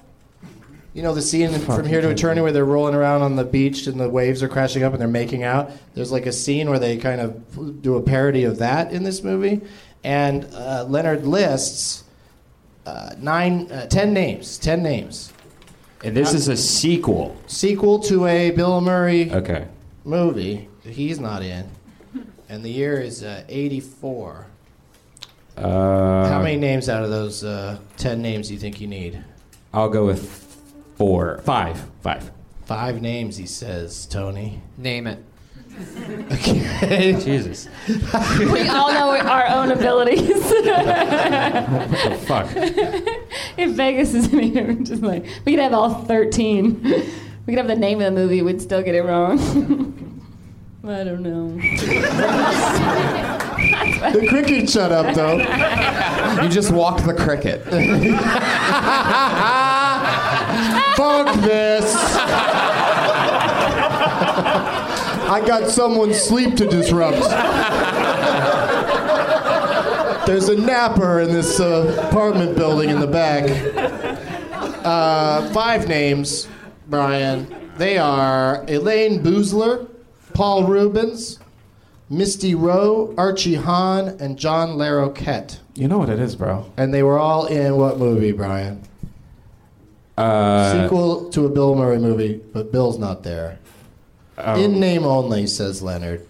Speaker 2: You know the scene in from here to eternity where they're rolling around on the beach and the waves are crashing up and they're making out. There's like a scene where they kind of do a parody of that in this movie, and uh, Leonard lists uh, nine, uh, ten names, ten names,
Speaker 7: And this is a sequel.
Speaker 2: sequel to a Bill Murray
Speaker 7: Okay.
Speaker 2: movie that he's not in, and the year is uh, '84.
Speaker 7: Uh,
Speaker 2: How many names out of those uh, ten names do you think you need?
Speaker 7: I'll go with four, five, five.
Speaker 2: Five names, he says, Tony. *laughs*
Speaker 5: name it.
Speaker 2: Okay.
Speaker 7: Jesus.
Speaker 3: We all know our
Speaker 6: *laughs*
Speaker 3: own abilities.
Speaker 7: What the fuck?
Speaker 3: if Vegas is in here, *laughs* we're just like we could have all 13. We could have the name of the movie. We'd still get it wrong. *laughs* I don't know.
Speaker 2: the cricket shut up, though.
Speaker 5: You just walked
Speaker 2: *laughs*
Speaker 5: the cricket.
Speaker 2: Fuck this. I got someone's sleep to disrupt. There's a napper in this uh, apartment building in the back. Uh, five names, Brian. They are Elaine Boozler, Paul Rubens, Misty Rowe, Archie Hahn, and John Larroquette.
Speaker 6: You know what it is, bro.
Speaker 2: And they were all in what movie, Brian?
Speaker 4: Uh,
Speaker 2: Sequel to a Bill Murray movie, but Bill's not there. In name only, says Leonard.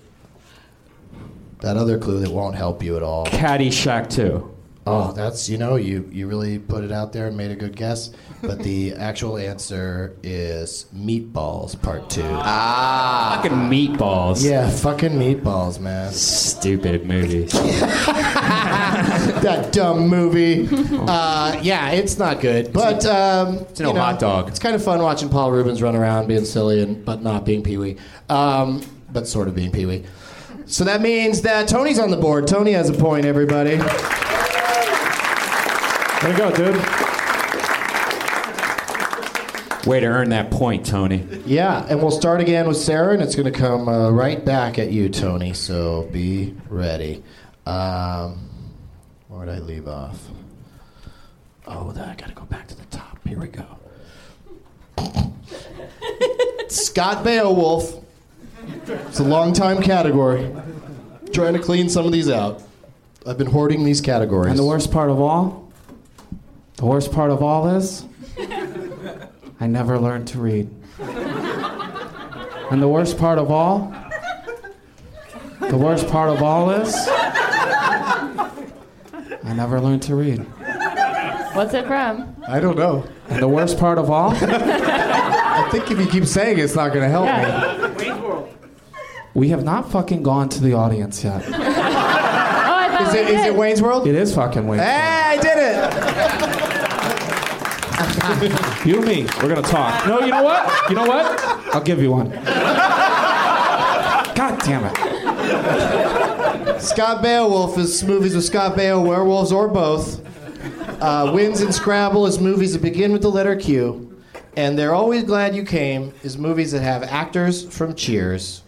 Speaker 2: That other clue that won't help you at all.
Speaker 4: Caddyshack 2.
Speaker 2: Oh, that's you know you you really put it out there and made a good guess, but the actual answer is Meatballs Part Two.
Speaker 4: Fucking meatballs.
Speaker 2: yeah, fucking meatballs, man.
Speaker 4: Stupid movies.
Speaker 2: that dumb
Speaker 4: *laughs*
Speaker 2: movie. Uh, yeah, it's not good, but um, it's
Speaker 4: an old hot dog.
Speaker 2: It's kind of fun watching Paul Rubens run around being silly and but not being Pee Wee, um, but sort of being Pee Wee. So that means that Tony's on the board. Tony has a point, everybody.
Speaker 6: There you go, dude.
Speaker 4: Way to earn that point, Tony.
Speaker 2: Yeah, and we'll start again with Sarah, and it's going to come uh, right back at you, Tony. So be ready. Um, where would I leave off? Oh, that I got to go back to the top. Here we go. Scott Beowulf. It's a long time category. Trying to clean some of these out. I've been hoarding these categories.
Speaker 6: And the worst part of all, the worst part of all is, I never learned to read. And the worst part of all, the worst part of all is, I never learned to read.
Speaker 3: What's it from? Oh,
Speaker 2: I don't know.
Speaker 6: And the worst part of all,
Speaker 2: I think if you keep saying it, it's not going to help me.
Speaker 6: we have not fucking gone to the audience yet.
Speaker 3: Oh, I thought
Speaker 2: Is
Speaker 3: we
Speaker 2: it, is
Speaker 3: did.
Speaker 2: it Wayne's World?
Speaker 6: It is fucking weird.
Speaker 2: Hey, I did it!
Speaker 6: You and me, we're gonna talk. No, you know what? You know what? I'll give you one. God damn it.
Speaker 2: Scott Beowulf is movies with Scott Baio, werewolves or both. Uh, wins in Scrabble is movies that begin with the letter Q. And They're Always Glad You Came is movies that have actors from Cheers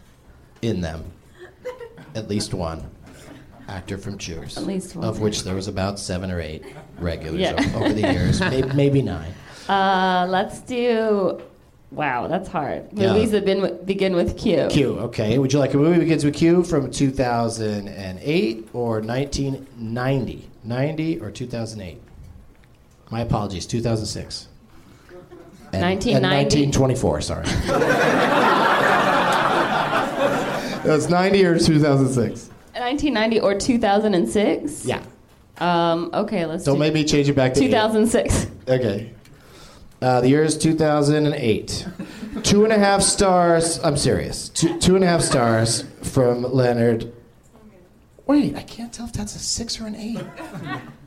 Speaker 2: in them. At least one actor from Cheers. At
Speaker 3: least one.
Speaker 2: Of which there was about seven or eight regulars
Speaker 3: Yeah.
Speaker 2: o- over the years. Maybe, maybe nine.
Speaker 3: Uh, let's do. Wow, that's hard. Movies that been with, begin with Q.
Speaker 2: Q, okay. Would you like a movie that begins with Q from 2008 or 1990? 90 or 2008? My apologies, 2006. And,
Speaker 3: 1990.
Speaker 2: And 1924, sorry. *laughs* That's 90 or 2006.
Speaker 3: 1990 or 2006?
Speaker 2: Yeah.
Speaker 3: Um, okay, let's
Speaker 2: Don't
Speaker 3: do
Speaker 2: make me change it back to eight.
Speaker 3: 2006.
Speaker 2: Okay. Uh, the year is 2008. two and a half stars. I'm serious. Two, two and a half stars from Leonard. Wait, I can't tell if that's a six or an eight.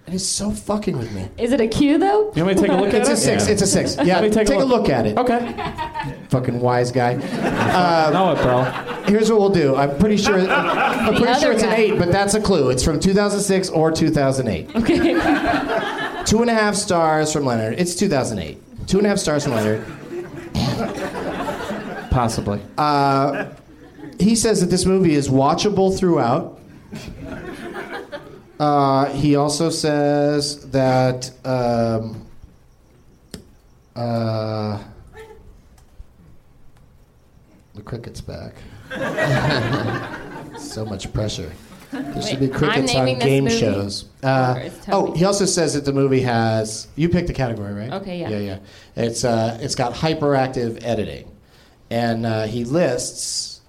Speaker 2: It is so fucking with me.
Speaker 3: Is it a Q
Speaker 2: *laughs*
Speaker 3: though?
Speaker 6: You want me to take a look at
Speaker 2: It's
Speaker 6: it?
Speaker 2: a six.
Speaker 6: Yeah.
Speaker 2: It's a six. Yeah,
Speaker 6: me
Speaker 2: take, a look at it.
Speaker 6: Okay.
Speaker 2: Fucking wise guy.
Speaker 6: know it, bro.
Speaker 2: Here's what we'll do. I'm pretty
Speaker 6: *laughs*
Speaker 2: sure. I'm
Speaker 3: The
Speaker 2: pretty
Speaker 3: other
Speaker 2: sure it's an
Speaker 3: guy.
Speaker 2: eight, but that's a clue. It's from 2006 or 2008.
Speaker 3: Okay.
Speaker 2: Two and a half stars from Leonard. It's 2008. Two and a half stars from Leonard.
Speaker 6: Possibly.
Speaker 2: he says that this movie is watchable throughout. Uh, he also says that. Um, uh, the cricket's back. *laughs* so much pressure. There should be
Speaker 3: Wait, I'm
Speaker 2: crickets on
Speaker 3: naming this
Speaker 2: game
Speaker 3: movie?
Speaker 2: shows. Uh,
Speaker 3: it's
Speaker 2: oh,
Speaker 3: Toby.
Speaker 2: he also says that the movie has. You picked the category, right?
Speaker 3: Okay, yeah.
Speaker 2: Yeah, yeah. It's uh, it's got hyperactive editing, and uh, he lists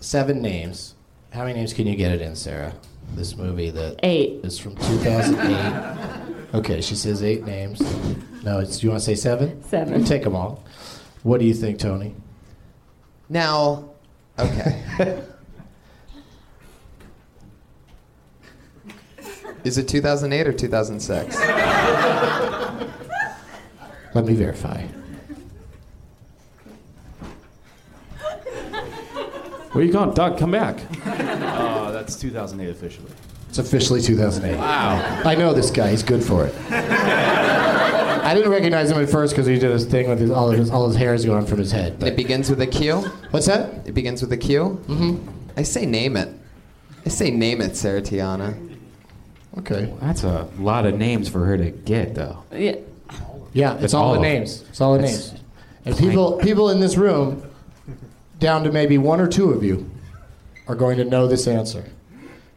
Speaker 2: seven names. How many names can you get it in, Sarah? This movie that
Speaker 3: Eight.
Speaker 2: is from 2008. okay, she says eight names. No, it's you want to say seven?
Speaker 3: Seven.
Speaker 2: You take them all. What do you think, Tony?
Speaker 5: Now, okay. Is it 2008 or 2006?
Speaker 2: Let me verify.
Speaker 6: Where you going, Doug? Come back.
Speaker 7: *laughs* Oh, that's 2008 officially.
Speaker 2: It's officially 2008. Wow. I know this guy. He's good for it. I didn't recognize him at first because he did this thing with his, all of his all his hair is gone from his head.
Speaker 5: It
Speaker 2: But
Speaker 5: begins with a Q.
Speaker 2: what's that?
Speaker 5: It begins with a Q. Mm-hmm. I say name it. I say name it, Sarah Tiana.
Speaker 2: Okay.
Speaker 7: That's a lot of names for her to get, though.
Speaker 3: Yeah.
Speaker 2: Yeah, it's
Speaker 7: That's
Speaker 2: all,
Speaker 7: all
Speaker 2: the
Speaker 7: of them.
Speaker 2: names. It's all the
Speaker 7: That's-
Speaker 2: names. And people, people in this room, down to maybe one or two of you, are going to know this answer.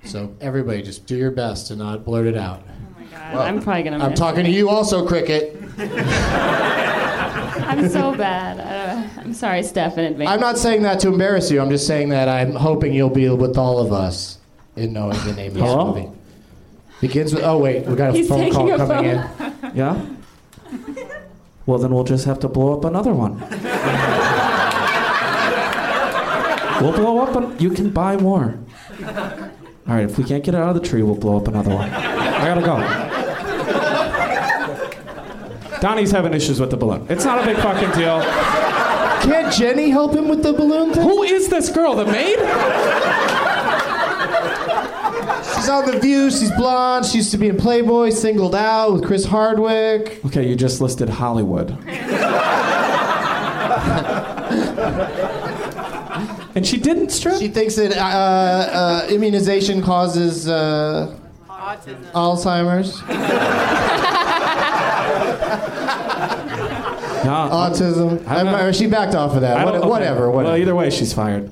Speaker 2: So everybody, just do your best to not blurt it out.
Speaker 8: Oh my god, I'm probably gonna.
Speaker 2: I'm
Speaker 8: miss
Speaker 2: talking to
Speaker 8: it.
Speaker 2: you, also, Cricket.
Speaker 3: I'm so bad. I, I'm sorry, Steph, in advance.
Speaker 2: I'm not saying that to embarrass you. I'm just saying that I'm hoping you'll be with all of us in knowing the name of this
Speaker 6: Hello?
Speaker 2: movie. Begins with. Oh wait, we got a
Speaker 3: He's
Speaker 2: phone call
Speaker 3: taking a
Speaker 2: coming in.
Speaker 6: *laughs* Yeah? Well, then we'll just have to blow up another
Speaker 2: *laughs*
Speaker 6: one. we'll blow up, an- you can buy more. All right, if we can't get it out of the tree, we'll blow up another one. I gotta go. Donnie's having issues with the balloon. It's not a big fucking deal.
Speaker 2: Can't Jenny help him with the balloon thing?
Speaker 6: Who is this girl, the maid?
Speaker 2: She's on The View. She's blonde. She used to be in Playboy, singled out with Chris Hardwick.
Speaker 6: Okay, you just listed
Speaker 2: *laughs*
Speaker 6: Hollywood. and she didn't strip?
Speaker 2: She thinks that uh, uh, immunization causes uh,
Speaker 8: Autism.
Speaker 2: Alzheimer's,
Speaker 6: no.
Speaker 2: autism. Oh, I'm,
Speaker 6: not-
Speaker 2: or she backed off of that.
Speaker 6: I
Speaker 2: What,
Speaker 6: don't- okay.
Speaker 2: Whatever. Whatever.
Speaker 6: Well, either way, she's fired.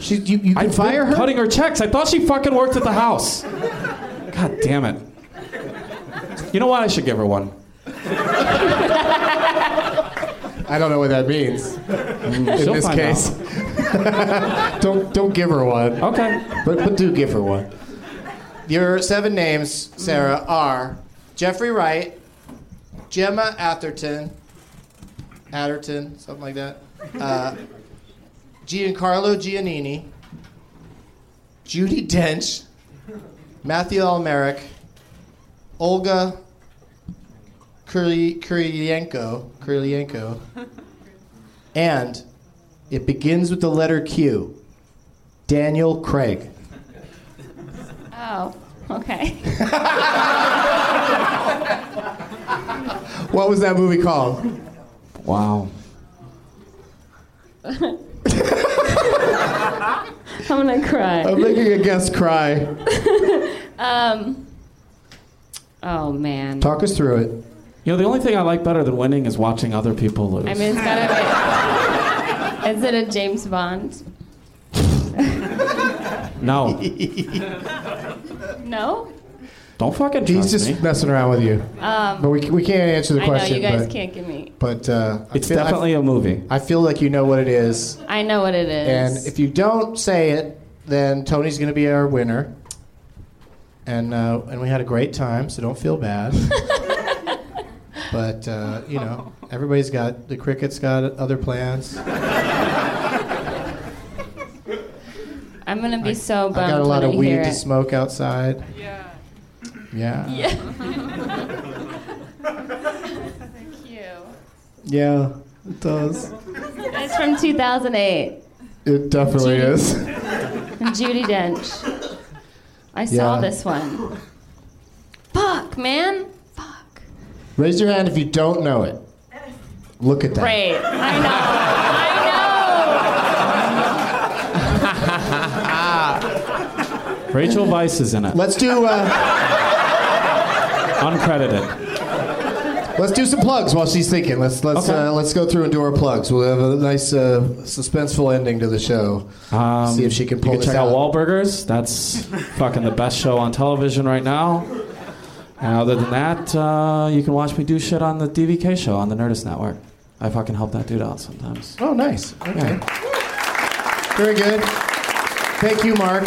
Speaker 2: she, you, you can
Speaker 6: I've
Speaker 2: fire
Speaker 6: been
Speaker 2: her.
Speaker 6: Cutting her checks. I thought she fucking worked at the house. God damn it. You know what? I should give her one.
Speaker 2: I don't know what that means.
Speaker 6: In
Speaker 2: this case. *laughs* Don't don't give her one.
Speaker 6: Okay.
Speaker 2: But but do give her one. Your seven names, Sarah, are Jeffrey Wright, Gemma Atherton, Atherton, something like that. Uh, Giancarlo Giannini, Judy Dench, Matthew Almeric, Olga Kuri- Kurilenko, Kurilenko, and it begins with the letter Q. Daniel Craig.
Speaker 3: Oh, okay.
Speaker 2: What was that movie called?
Speaker 6: Wow.
Speaker 3: I'm gonna cry.
Speaker 2: I'm making a guess cry.
Speaker 3: Oh man.
Speaker 2: Talk us through it.
Speaker 6: You know, the only thing I like better than winning is watching other people lose.
Speaker 3: I mean, it's gotta be. Is it a James Bond?
Speaker 6: no.
Speaker 3: No.
Speaker 6: Don't fucking
Speaker 2: He's
Speaker 6: trust
Speaker 2: just
Speaker 6: me.
Speaker 2: messing around with you. but we, we can't answer the
Speaker 3: Um, I know
Speaker 2: question.
Speaker 3: you guys
Speaker 2: but,
Speaker 3: can't give me.
Speaker 2: But uh, I
Speaker 6: It's
Speaker 2: feel- I-
Speaker 6: definitely a movie.
Speaker 2: I feel like you know what it is.
Speaker 3: I know what it is.
Speaker 2: And if you don't say it, then Tony's going to be our winner. And, uh, and we had a great time, so don't feel
Speaker 3: *laughs*
Speaker 2: bad. but, uh, you know, everybody's got, the cricket's got other plans.
Speaker 3: *laughs* I'm gonna be so bummed
Speaker 2: I got a lot
Speaker 3: when
Speaker 2: of
Speaker 3: I hear
Speaker 2: weed to
Speaker 3: it.
Speaker 2: smoke outside.
Speaker 8: Yeah.
Speaker 2: Yeah.
Speaker 3: *laughs* Yeah.
Speaker 8: Thank you.
Speaker 2: Yeah, it does.
Speaker 3: It's from 2008.
Speaker 2: It definitely is.
Speaker 3: From
Speaker 2: *laughs*
Speaker 3: Judy Dench. I saw
Speaker 2: Yeah.
Speaker 3: this one. Fuck, man. Fuck.
Speaker 2: Raise your hand if you don't know it. Look at that.
Speaker 3: Great. I know. I
Speaker 6: Rachel Weisz is in it.
Speaker 2: Let's do uh,
Speaker 6: Uncredited.
Speaker 2: let's do some plugs while she's thinking. Let's let's
Speaker 6: Okay.
Speaker 2: uh, let's go through and do our plugs. We'll have a nice uh, suspenseful ending to the show.
Speaker 6: Um,
Speaker 2: See if she can
Speaker 6: you
Speaker 2: pull
Speaker 6: check
Speaker 2: this
Speaker 6: out
Speaker 2: out.
Speaker 6: Wahlburgers. That's fucking the best show on television right now. And other than that, uh, you can watch me do shit on the DVK show on the Nerdist Network. I fucking help that dude out sometimes.
Speaker 2: Oh, nice. Okay.
Speaker 6: Yeah.
Speaker 2: Very good. Thank you, Mark.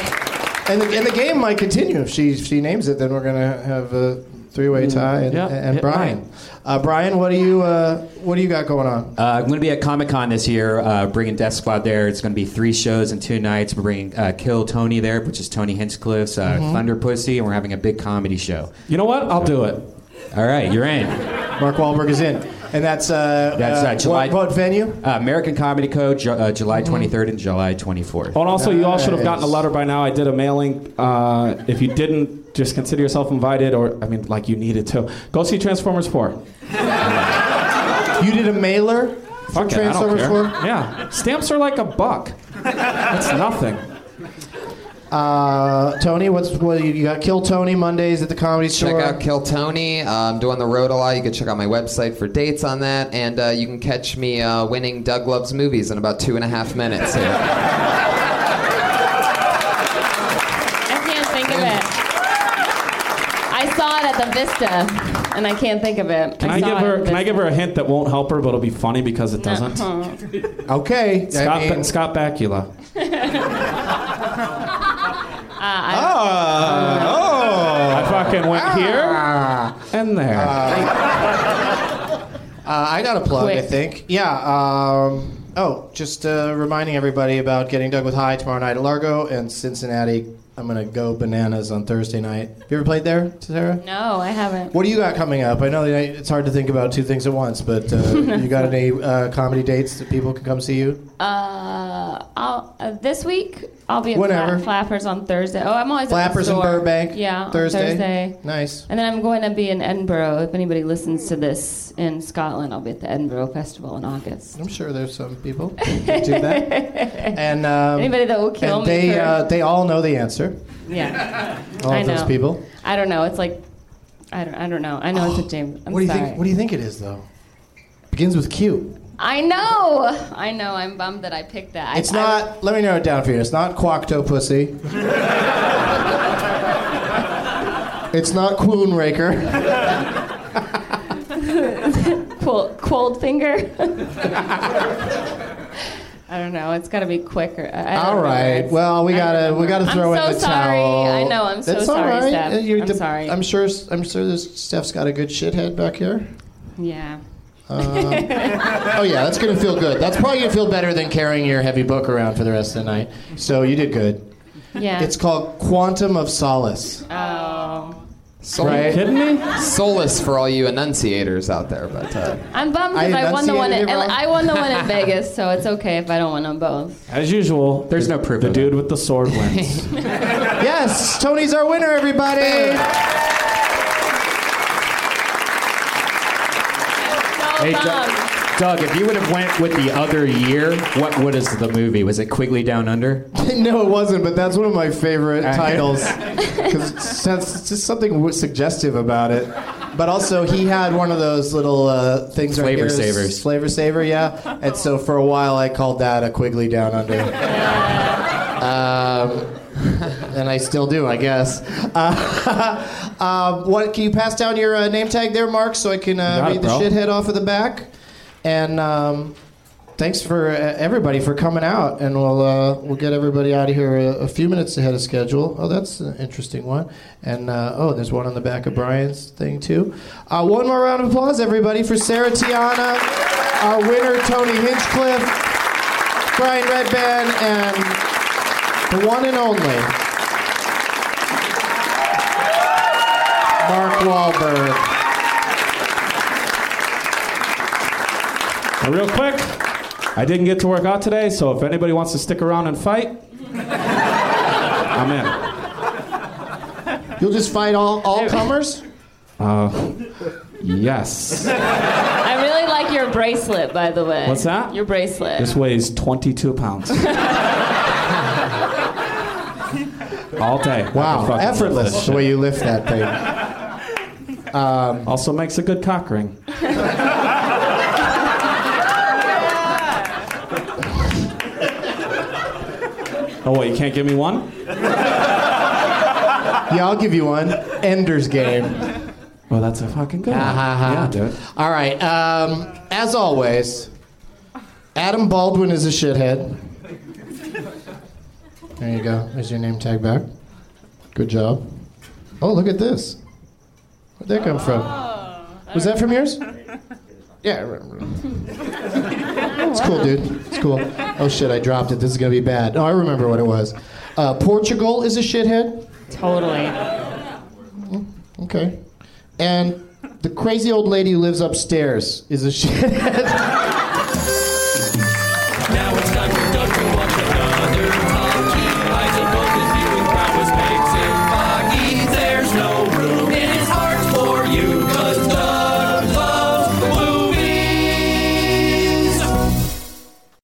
Speaker 2: And the, and the game might continue. If she if she names it, then we're gonna have a three-way tie and,
Speaker 6: Yeah.
Speaker 2: and
Speaker 6: Yeah,
Speaker 2: Brian.
Speaker 6: right.
Speaker 2: Uh, Brian, what do you uh, what do you got going on?
Speaker 7: Uh, I'm going to be at Comic Con this year, uh, bringing Death Squad there. It's going to be three shows in two nights. We're bringing uh, Kill Tony there, which is Tony Hinchcliffe's uh, Thunder Pussy, and we're having a big comedy show.
Speaker 6: Mm-hmm. You know what? I'll do it.
Speaker 7: All right, you're in. Uh,
Speaker 2: Mark Wahlberg is in, and that's uh,
Speaker 7: That's, uh,
Speaker 2: what-
Speaker 7: July-
Speaker 2: what, venue?
Speaker 7: Uh, American Comedy Co. Ju- uh, July
Speaker 6: Mm-hmm.
Speaker 7: 23rd and July 24th.
Speaker 6: Oh, and also, you all should have gotten a
Speaker 2: Nice.
Speaker 6: letter by now. I did a mailing. Uh, if you didn't, just consider yourself invited, or, I mean, like you needed to. Go see Transformers 4.
Speaker 2: You did a mailer for
Speaker 6: Fuck it, I don't
Speaker 2: Transformers
Speaker 6: care.
Speaker 2: 4?
Speaker 6: Yeah. Stamps are like a buck. That's nothing.
Speaker 2: Uh, Tony, what's what you, you got? Kill Tony Mondays at the Comedy Store.
Speaker 5: Check out Kill Tony. Uh, I'm doing the road a lot. You can check out my website for dates on that, and uh, you can catch me uh, winning Doug Loves Movies in about two and a half minutes. *laughs* Here.
Speaker 3: I can't think of it. I saw it at the Vista, and I can't think of it.
Speaker 6: Can I,
Speaker 3: saw
Speaker 6: give
Speaker 3: it at
Speaker 6: her?
Speaker 3: the
Speaker 6: Can I
Speaker 3: Vista.
Speaker 6: give her a hint that won't help her, but it'll be funny because it doesn't?
Speaker 3: Uh-huh.
Speaker 2: Okay.
Speaker 6: Scott,
Speaker 5: I mean-
Speaker 6: Ba- Scott Bakula.
Speaker 5: uh, oh.
Speaker 6: I fucking went
Speaker 7: Ah.
Speaker 6: here and there.
Speaker 2: Uh, I got a plug, I
Speaker 3: Quick.
Speaker 2: think. Yeah. Um, oh, just uh, reminding everybody about getting Doug with High tomorrow night at Largo and Cincinnati. I'm gonna go bananas on Thursday night. Have you ever played there, Sarah?
Speaker 3: No, I haven't.
Speaker 2: What do you got coming up? I know that it's hard to think about two things at once, but
Speaker 3: *laughs*
Speaker 2: uh, you got any uh, comedy dates that people can come see you?
Speaker 3: Uh, I'll, uh, this week I'll be at
Speaker 2: Whenever.
Speaker 3: Fla- Flappers on Thursday. Oh, I'm always
Speaker 2: Flappers
Speaker 3: at
Speaker 2: in
Speaker 3: the store.
Speaker 2: Burbank.
Speaker 3: Yeah, on
Speaker 2: Thursday.
Speaker 3: Thursday.
Speaker 2: Nice.
Speaker 3: And then I'm going to be in Edinburgh. If anybody listens to this in Scotland, I'll be at the Edinburgh Festival in August.
Speaker 2: I'm sure there's some
Speaker 3: *laughs*
Speaker 2: people that do that. And um,
Speaker 3: Anybody that will kill
Speaker 2: and
Speaker 3: me
Speaker 2: they
Speaker 3: for-
Speaker 2: uh, they all know the answer.
Speaker 3: Yeah,
Speaker 2: All
Speaker 3: I
Speaker 2: of those
Speaker 3: know.
Speaker 2: people.
Speaker 3: I don't know. It's like I don't. I don't know. I
Speaker 2: *gasps*
Speaker 3: know it's a James.
Speaker 2: Oh.
Speaker 3: I'm
Speaker 2: what do you
Speaker 3: sorry.
Speaker 2: think? What do you think it is though? Begins with Q.
Speaker 3: I know. I know. I'm bummed that I picked that. I-
Speaker 2: It's
Speaker 3: I-
Speaker 2: not. let me narrow it down for you. It's not Quacto Pussy. it's not Quoon Raker.
Speaker 3: Cold, cold finger. I don't know. It's got to be quicker. I- I don't
Speaker 2: All
Speaker 3: know.
Speaker 2: right.
Speaker 3: It's-
Speaker 2: Well, we
Speaker 3: I don't
Speaker 2: gotta
Speaker 3: know.
Speaker 2: we gotta throw
Speaker 3: I'm
Speaker 2: in
Speaker 3: so
Speaker 2: the
Speaker 3: sorry.
Speaker 2: towel.
Speaker 3: I know. I'm so
Speaker 2: It's all
Speaker 3: sorry,
Speaker 2: right.
Speaker 3: Steph.
Speaker 2: Uh, you're
Speaker 3: I'm
Speaker 2: the-
Speaker 3: sorry.
Speaker 2: I'm sure. I'm sure this Steph's got a good shithead back here.
Speaker 3: yeah.
Speaker 2: Oh yeah, that's gonna feel good. That's probably gonna feel better than carrying your heavy book around for the rest of the night. So you did good.
Speaker 3: Yeah.
Speaker 2: It's called Quantum of Solace.
Speaker 3: oh.
Speaker 5: Sol-
Speaker 2: Right.
Speaker 6: Kidding me?
Speaker 5: Solace for all you enunciators out there, but uh,
Speaker 3: I'm bummed
Speaker 2: I
Speaker 3: because I, won the one.
Speaker 2: enunciated
Speaker 3: In,
Speaker 2: it wrong.
Speaker 3: I won the
Speaker 2: *laughs*
Speaker 3: one in Vegas, so it's okay if I don't win them both.
Speaker 6: As usual,
Speaker 7: There's no proof
Speaker 6: The
Speaker 7: of that.
Speaker 6: dude with the sword wins.
Speaker 2: Yes, Tony's our winner, everybody.
Speaker 3: So
Speaker 7: Hey,
Speaker 3: bummed.
Speaker 7: Doug, Doug, if you would have went with the other year, what *laughs* what is the movie? Was it Quigley Down Under?
Speaker 2: *laughs* no, it wasn't, but that's one of my favorite
Speaker 7: Uh, *laughs*
Speaker 2: titles because it's just something w- suggestive about it. But also, he had one of those little uh, things right
Speaker 7: Flavor
Speaker 2: here,
Speaker 7: savers.
Speaker 2: Flavor saver, yeah. And so for a while, I called that a Quigley Down Under. um, and I still do, I guess. Uh, *laughs* um, what can you pass down your uh, name tag there, Mark, so I can uh,
Speaker 6: got
Speaker 2: read
Speaker 6: it,
Speaker 2: the
Speaker 6: bro.
Speaker 2: shithead off of the back? And um, thanks for uh, everybody for coming out, and we'll uh, we'll get everybody out of here a, a few minutes ahead of schedule. Oh, that's an interesting one. And uh, oh, there's one on the back of Brian's thing too. Uh, one more round of applause, everybody, for Sarah Tiana, our winner Tony Hinchcliffe, Brian Redban, and the one and only Mark Wahlberg.
Speaker 6: And real quick, I didn't get to work out today, so if anybody wants to stick around and fight, I'm in.
Speaker 2: You'll just fight all all comers.
Speaker 6: Yes.
Speaker 3: I really like your bracelet, by the way.
Speaker 6: What's that?
Speaker 3: Your bracelet.
Speaker 6: This weighs 22 pounds. All day. I can
Speaker 2: Wow,
Speaker 6: fucking lift
Speaker 2: effortless
Speaker 6: this
Speaker 2: the
Speaker 6: shit.
Speaker 2: way you lift that thing.
Speaker 6: Also makes a good
Speaker 2: *laughs*
Speaker 6: cock ring. oh, wait, you can't give me one?
Speaker 2: Yeah, I'll give you one. Ender's Game.
Speaker 6: Well, that's a fucking good one. Yeah, dude.
Speaker 2: All right. Um, as always, Adam Baldwin is a shithead. There you go. There's your name tag back. Good job. Oh, look at this. Where'd that come from? Was that from yours? Yeah, I remember. It's cool, dude. It's cool. Oh shit, I dropped it. This is gonna be bad. Oh, I remember what it was. Uh, Portugal is a shithead.
Speaker 8: Totally.
Speaker 2: *laughs* Okay. And the crazy old lady who lives upstairs is a shithead.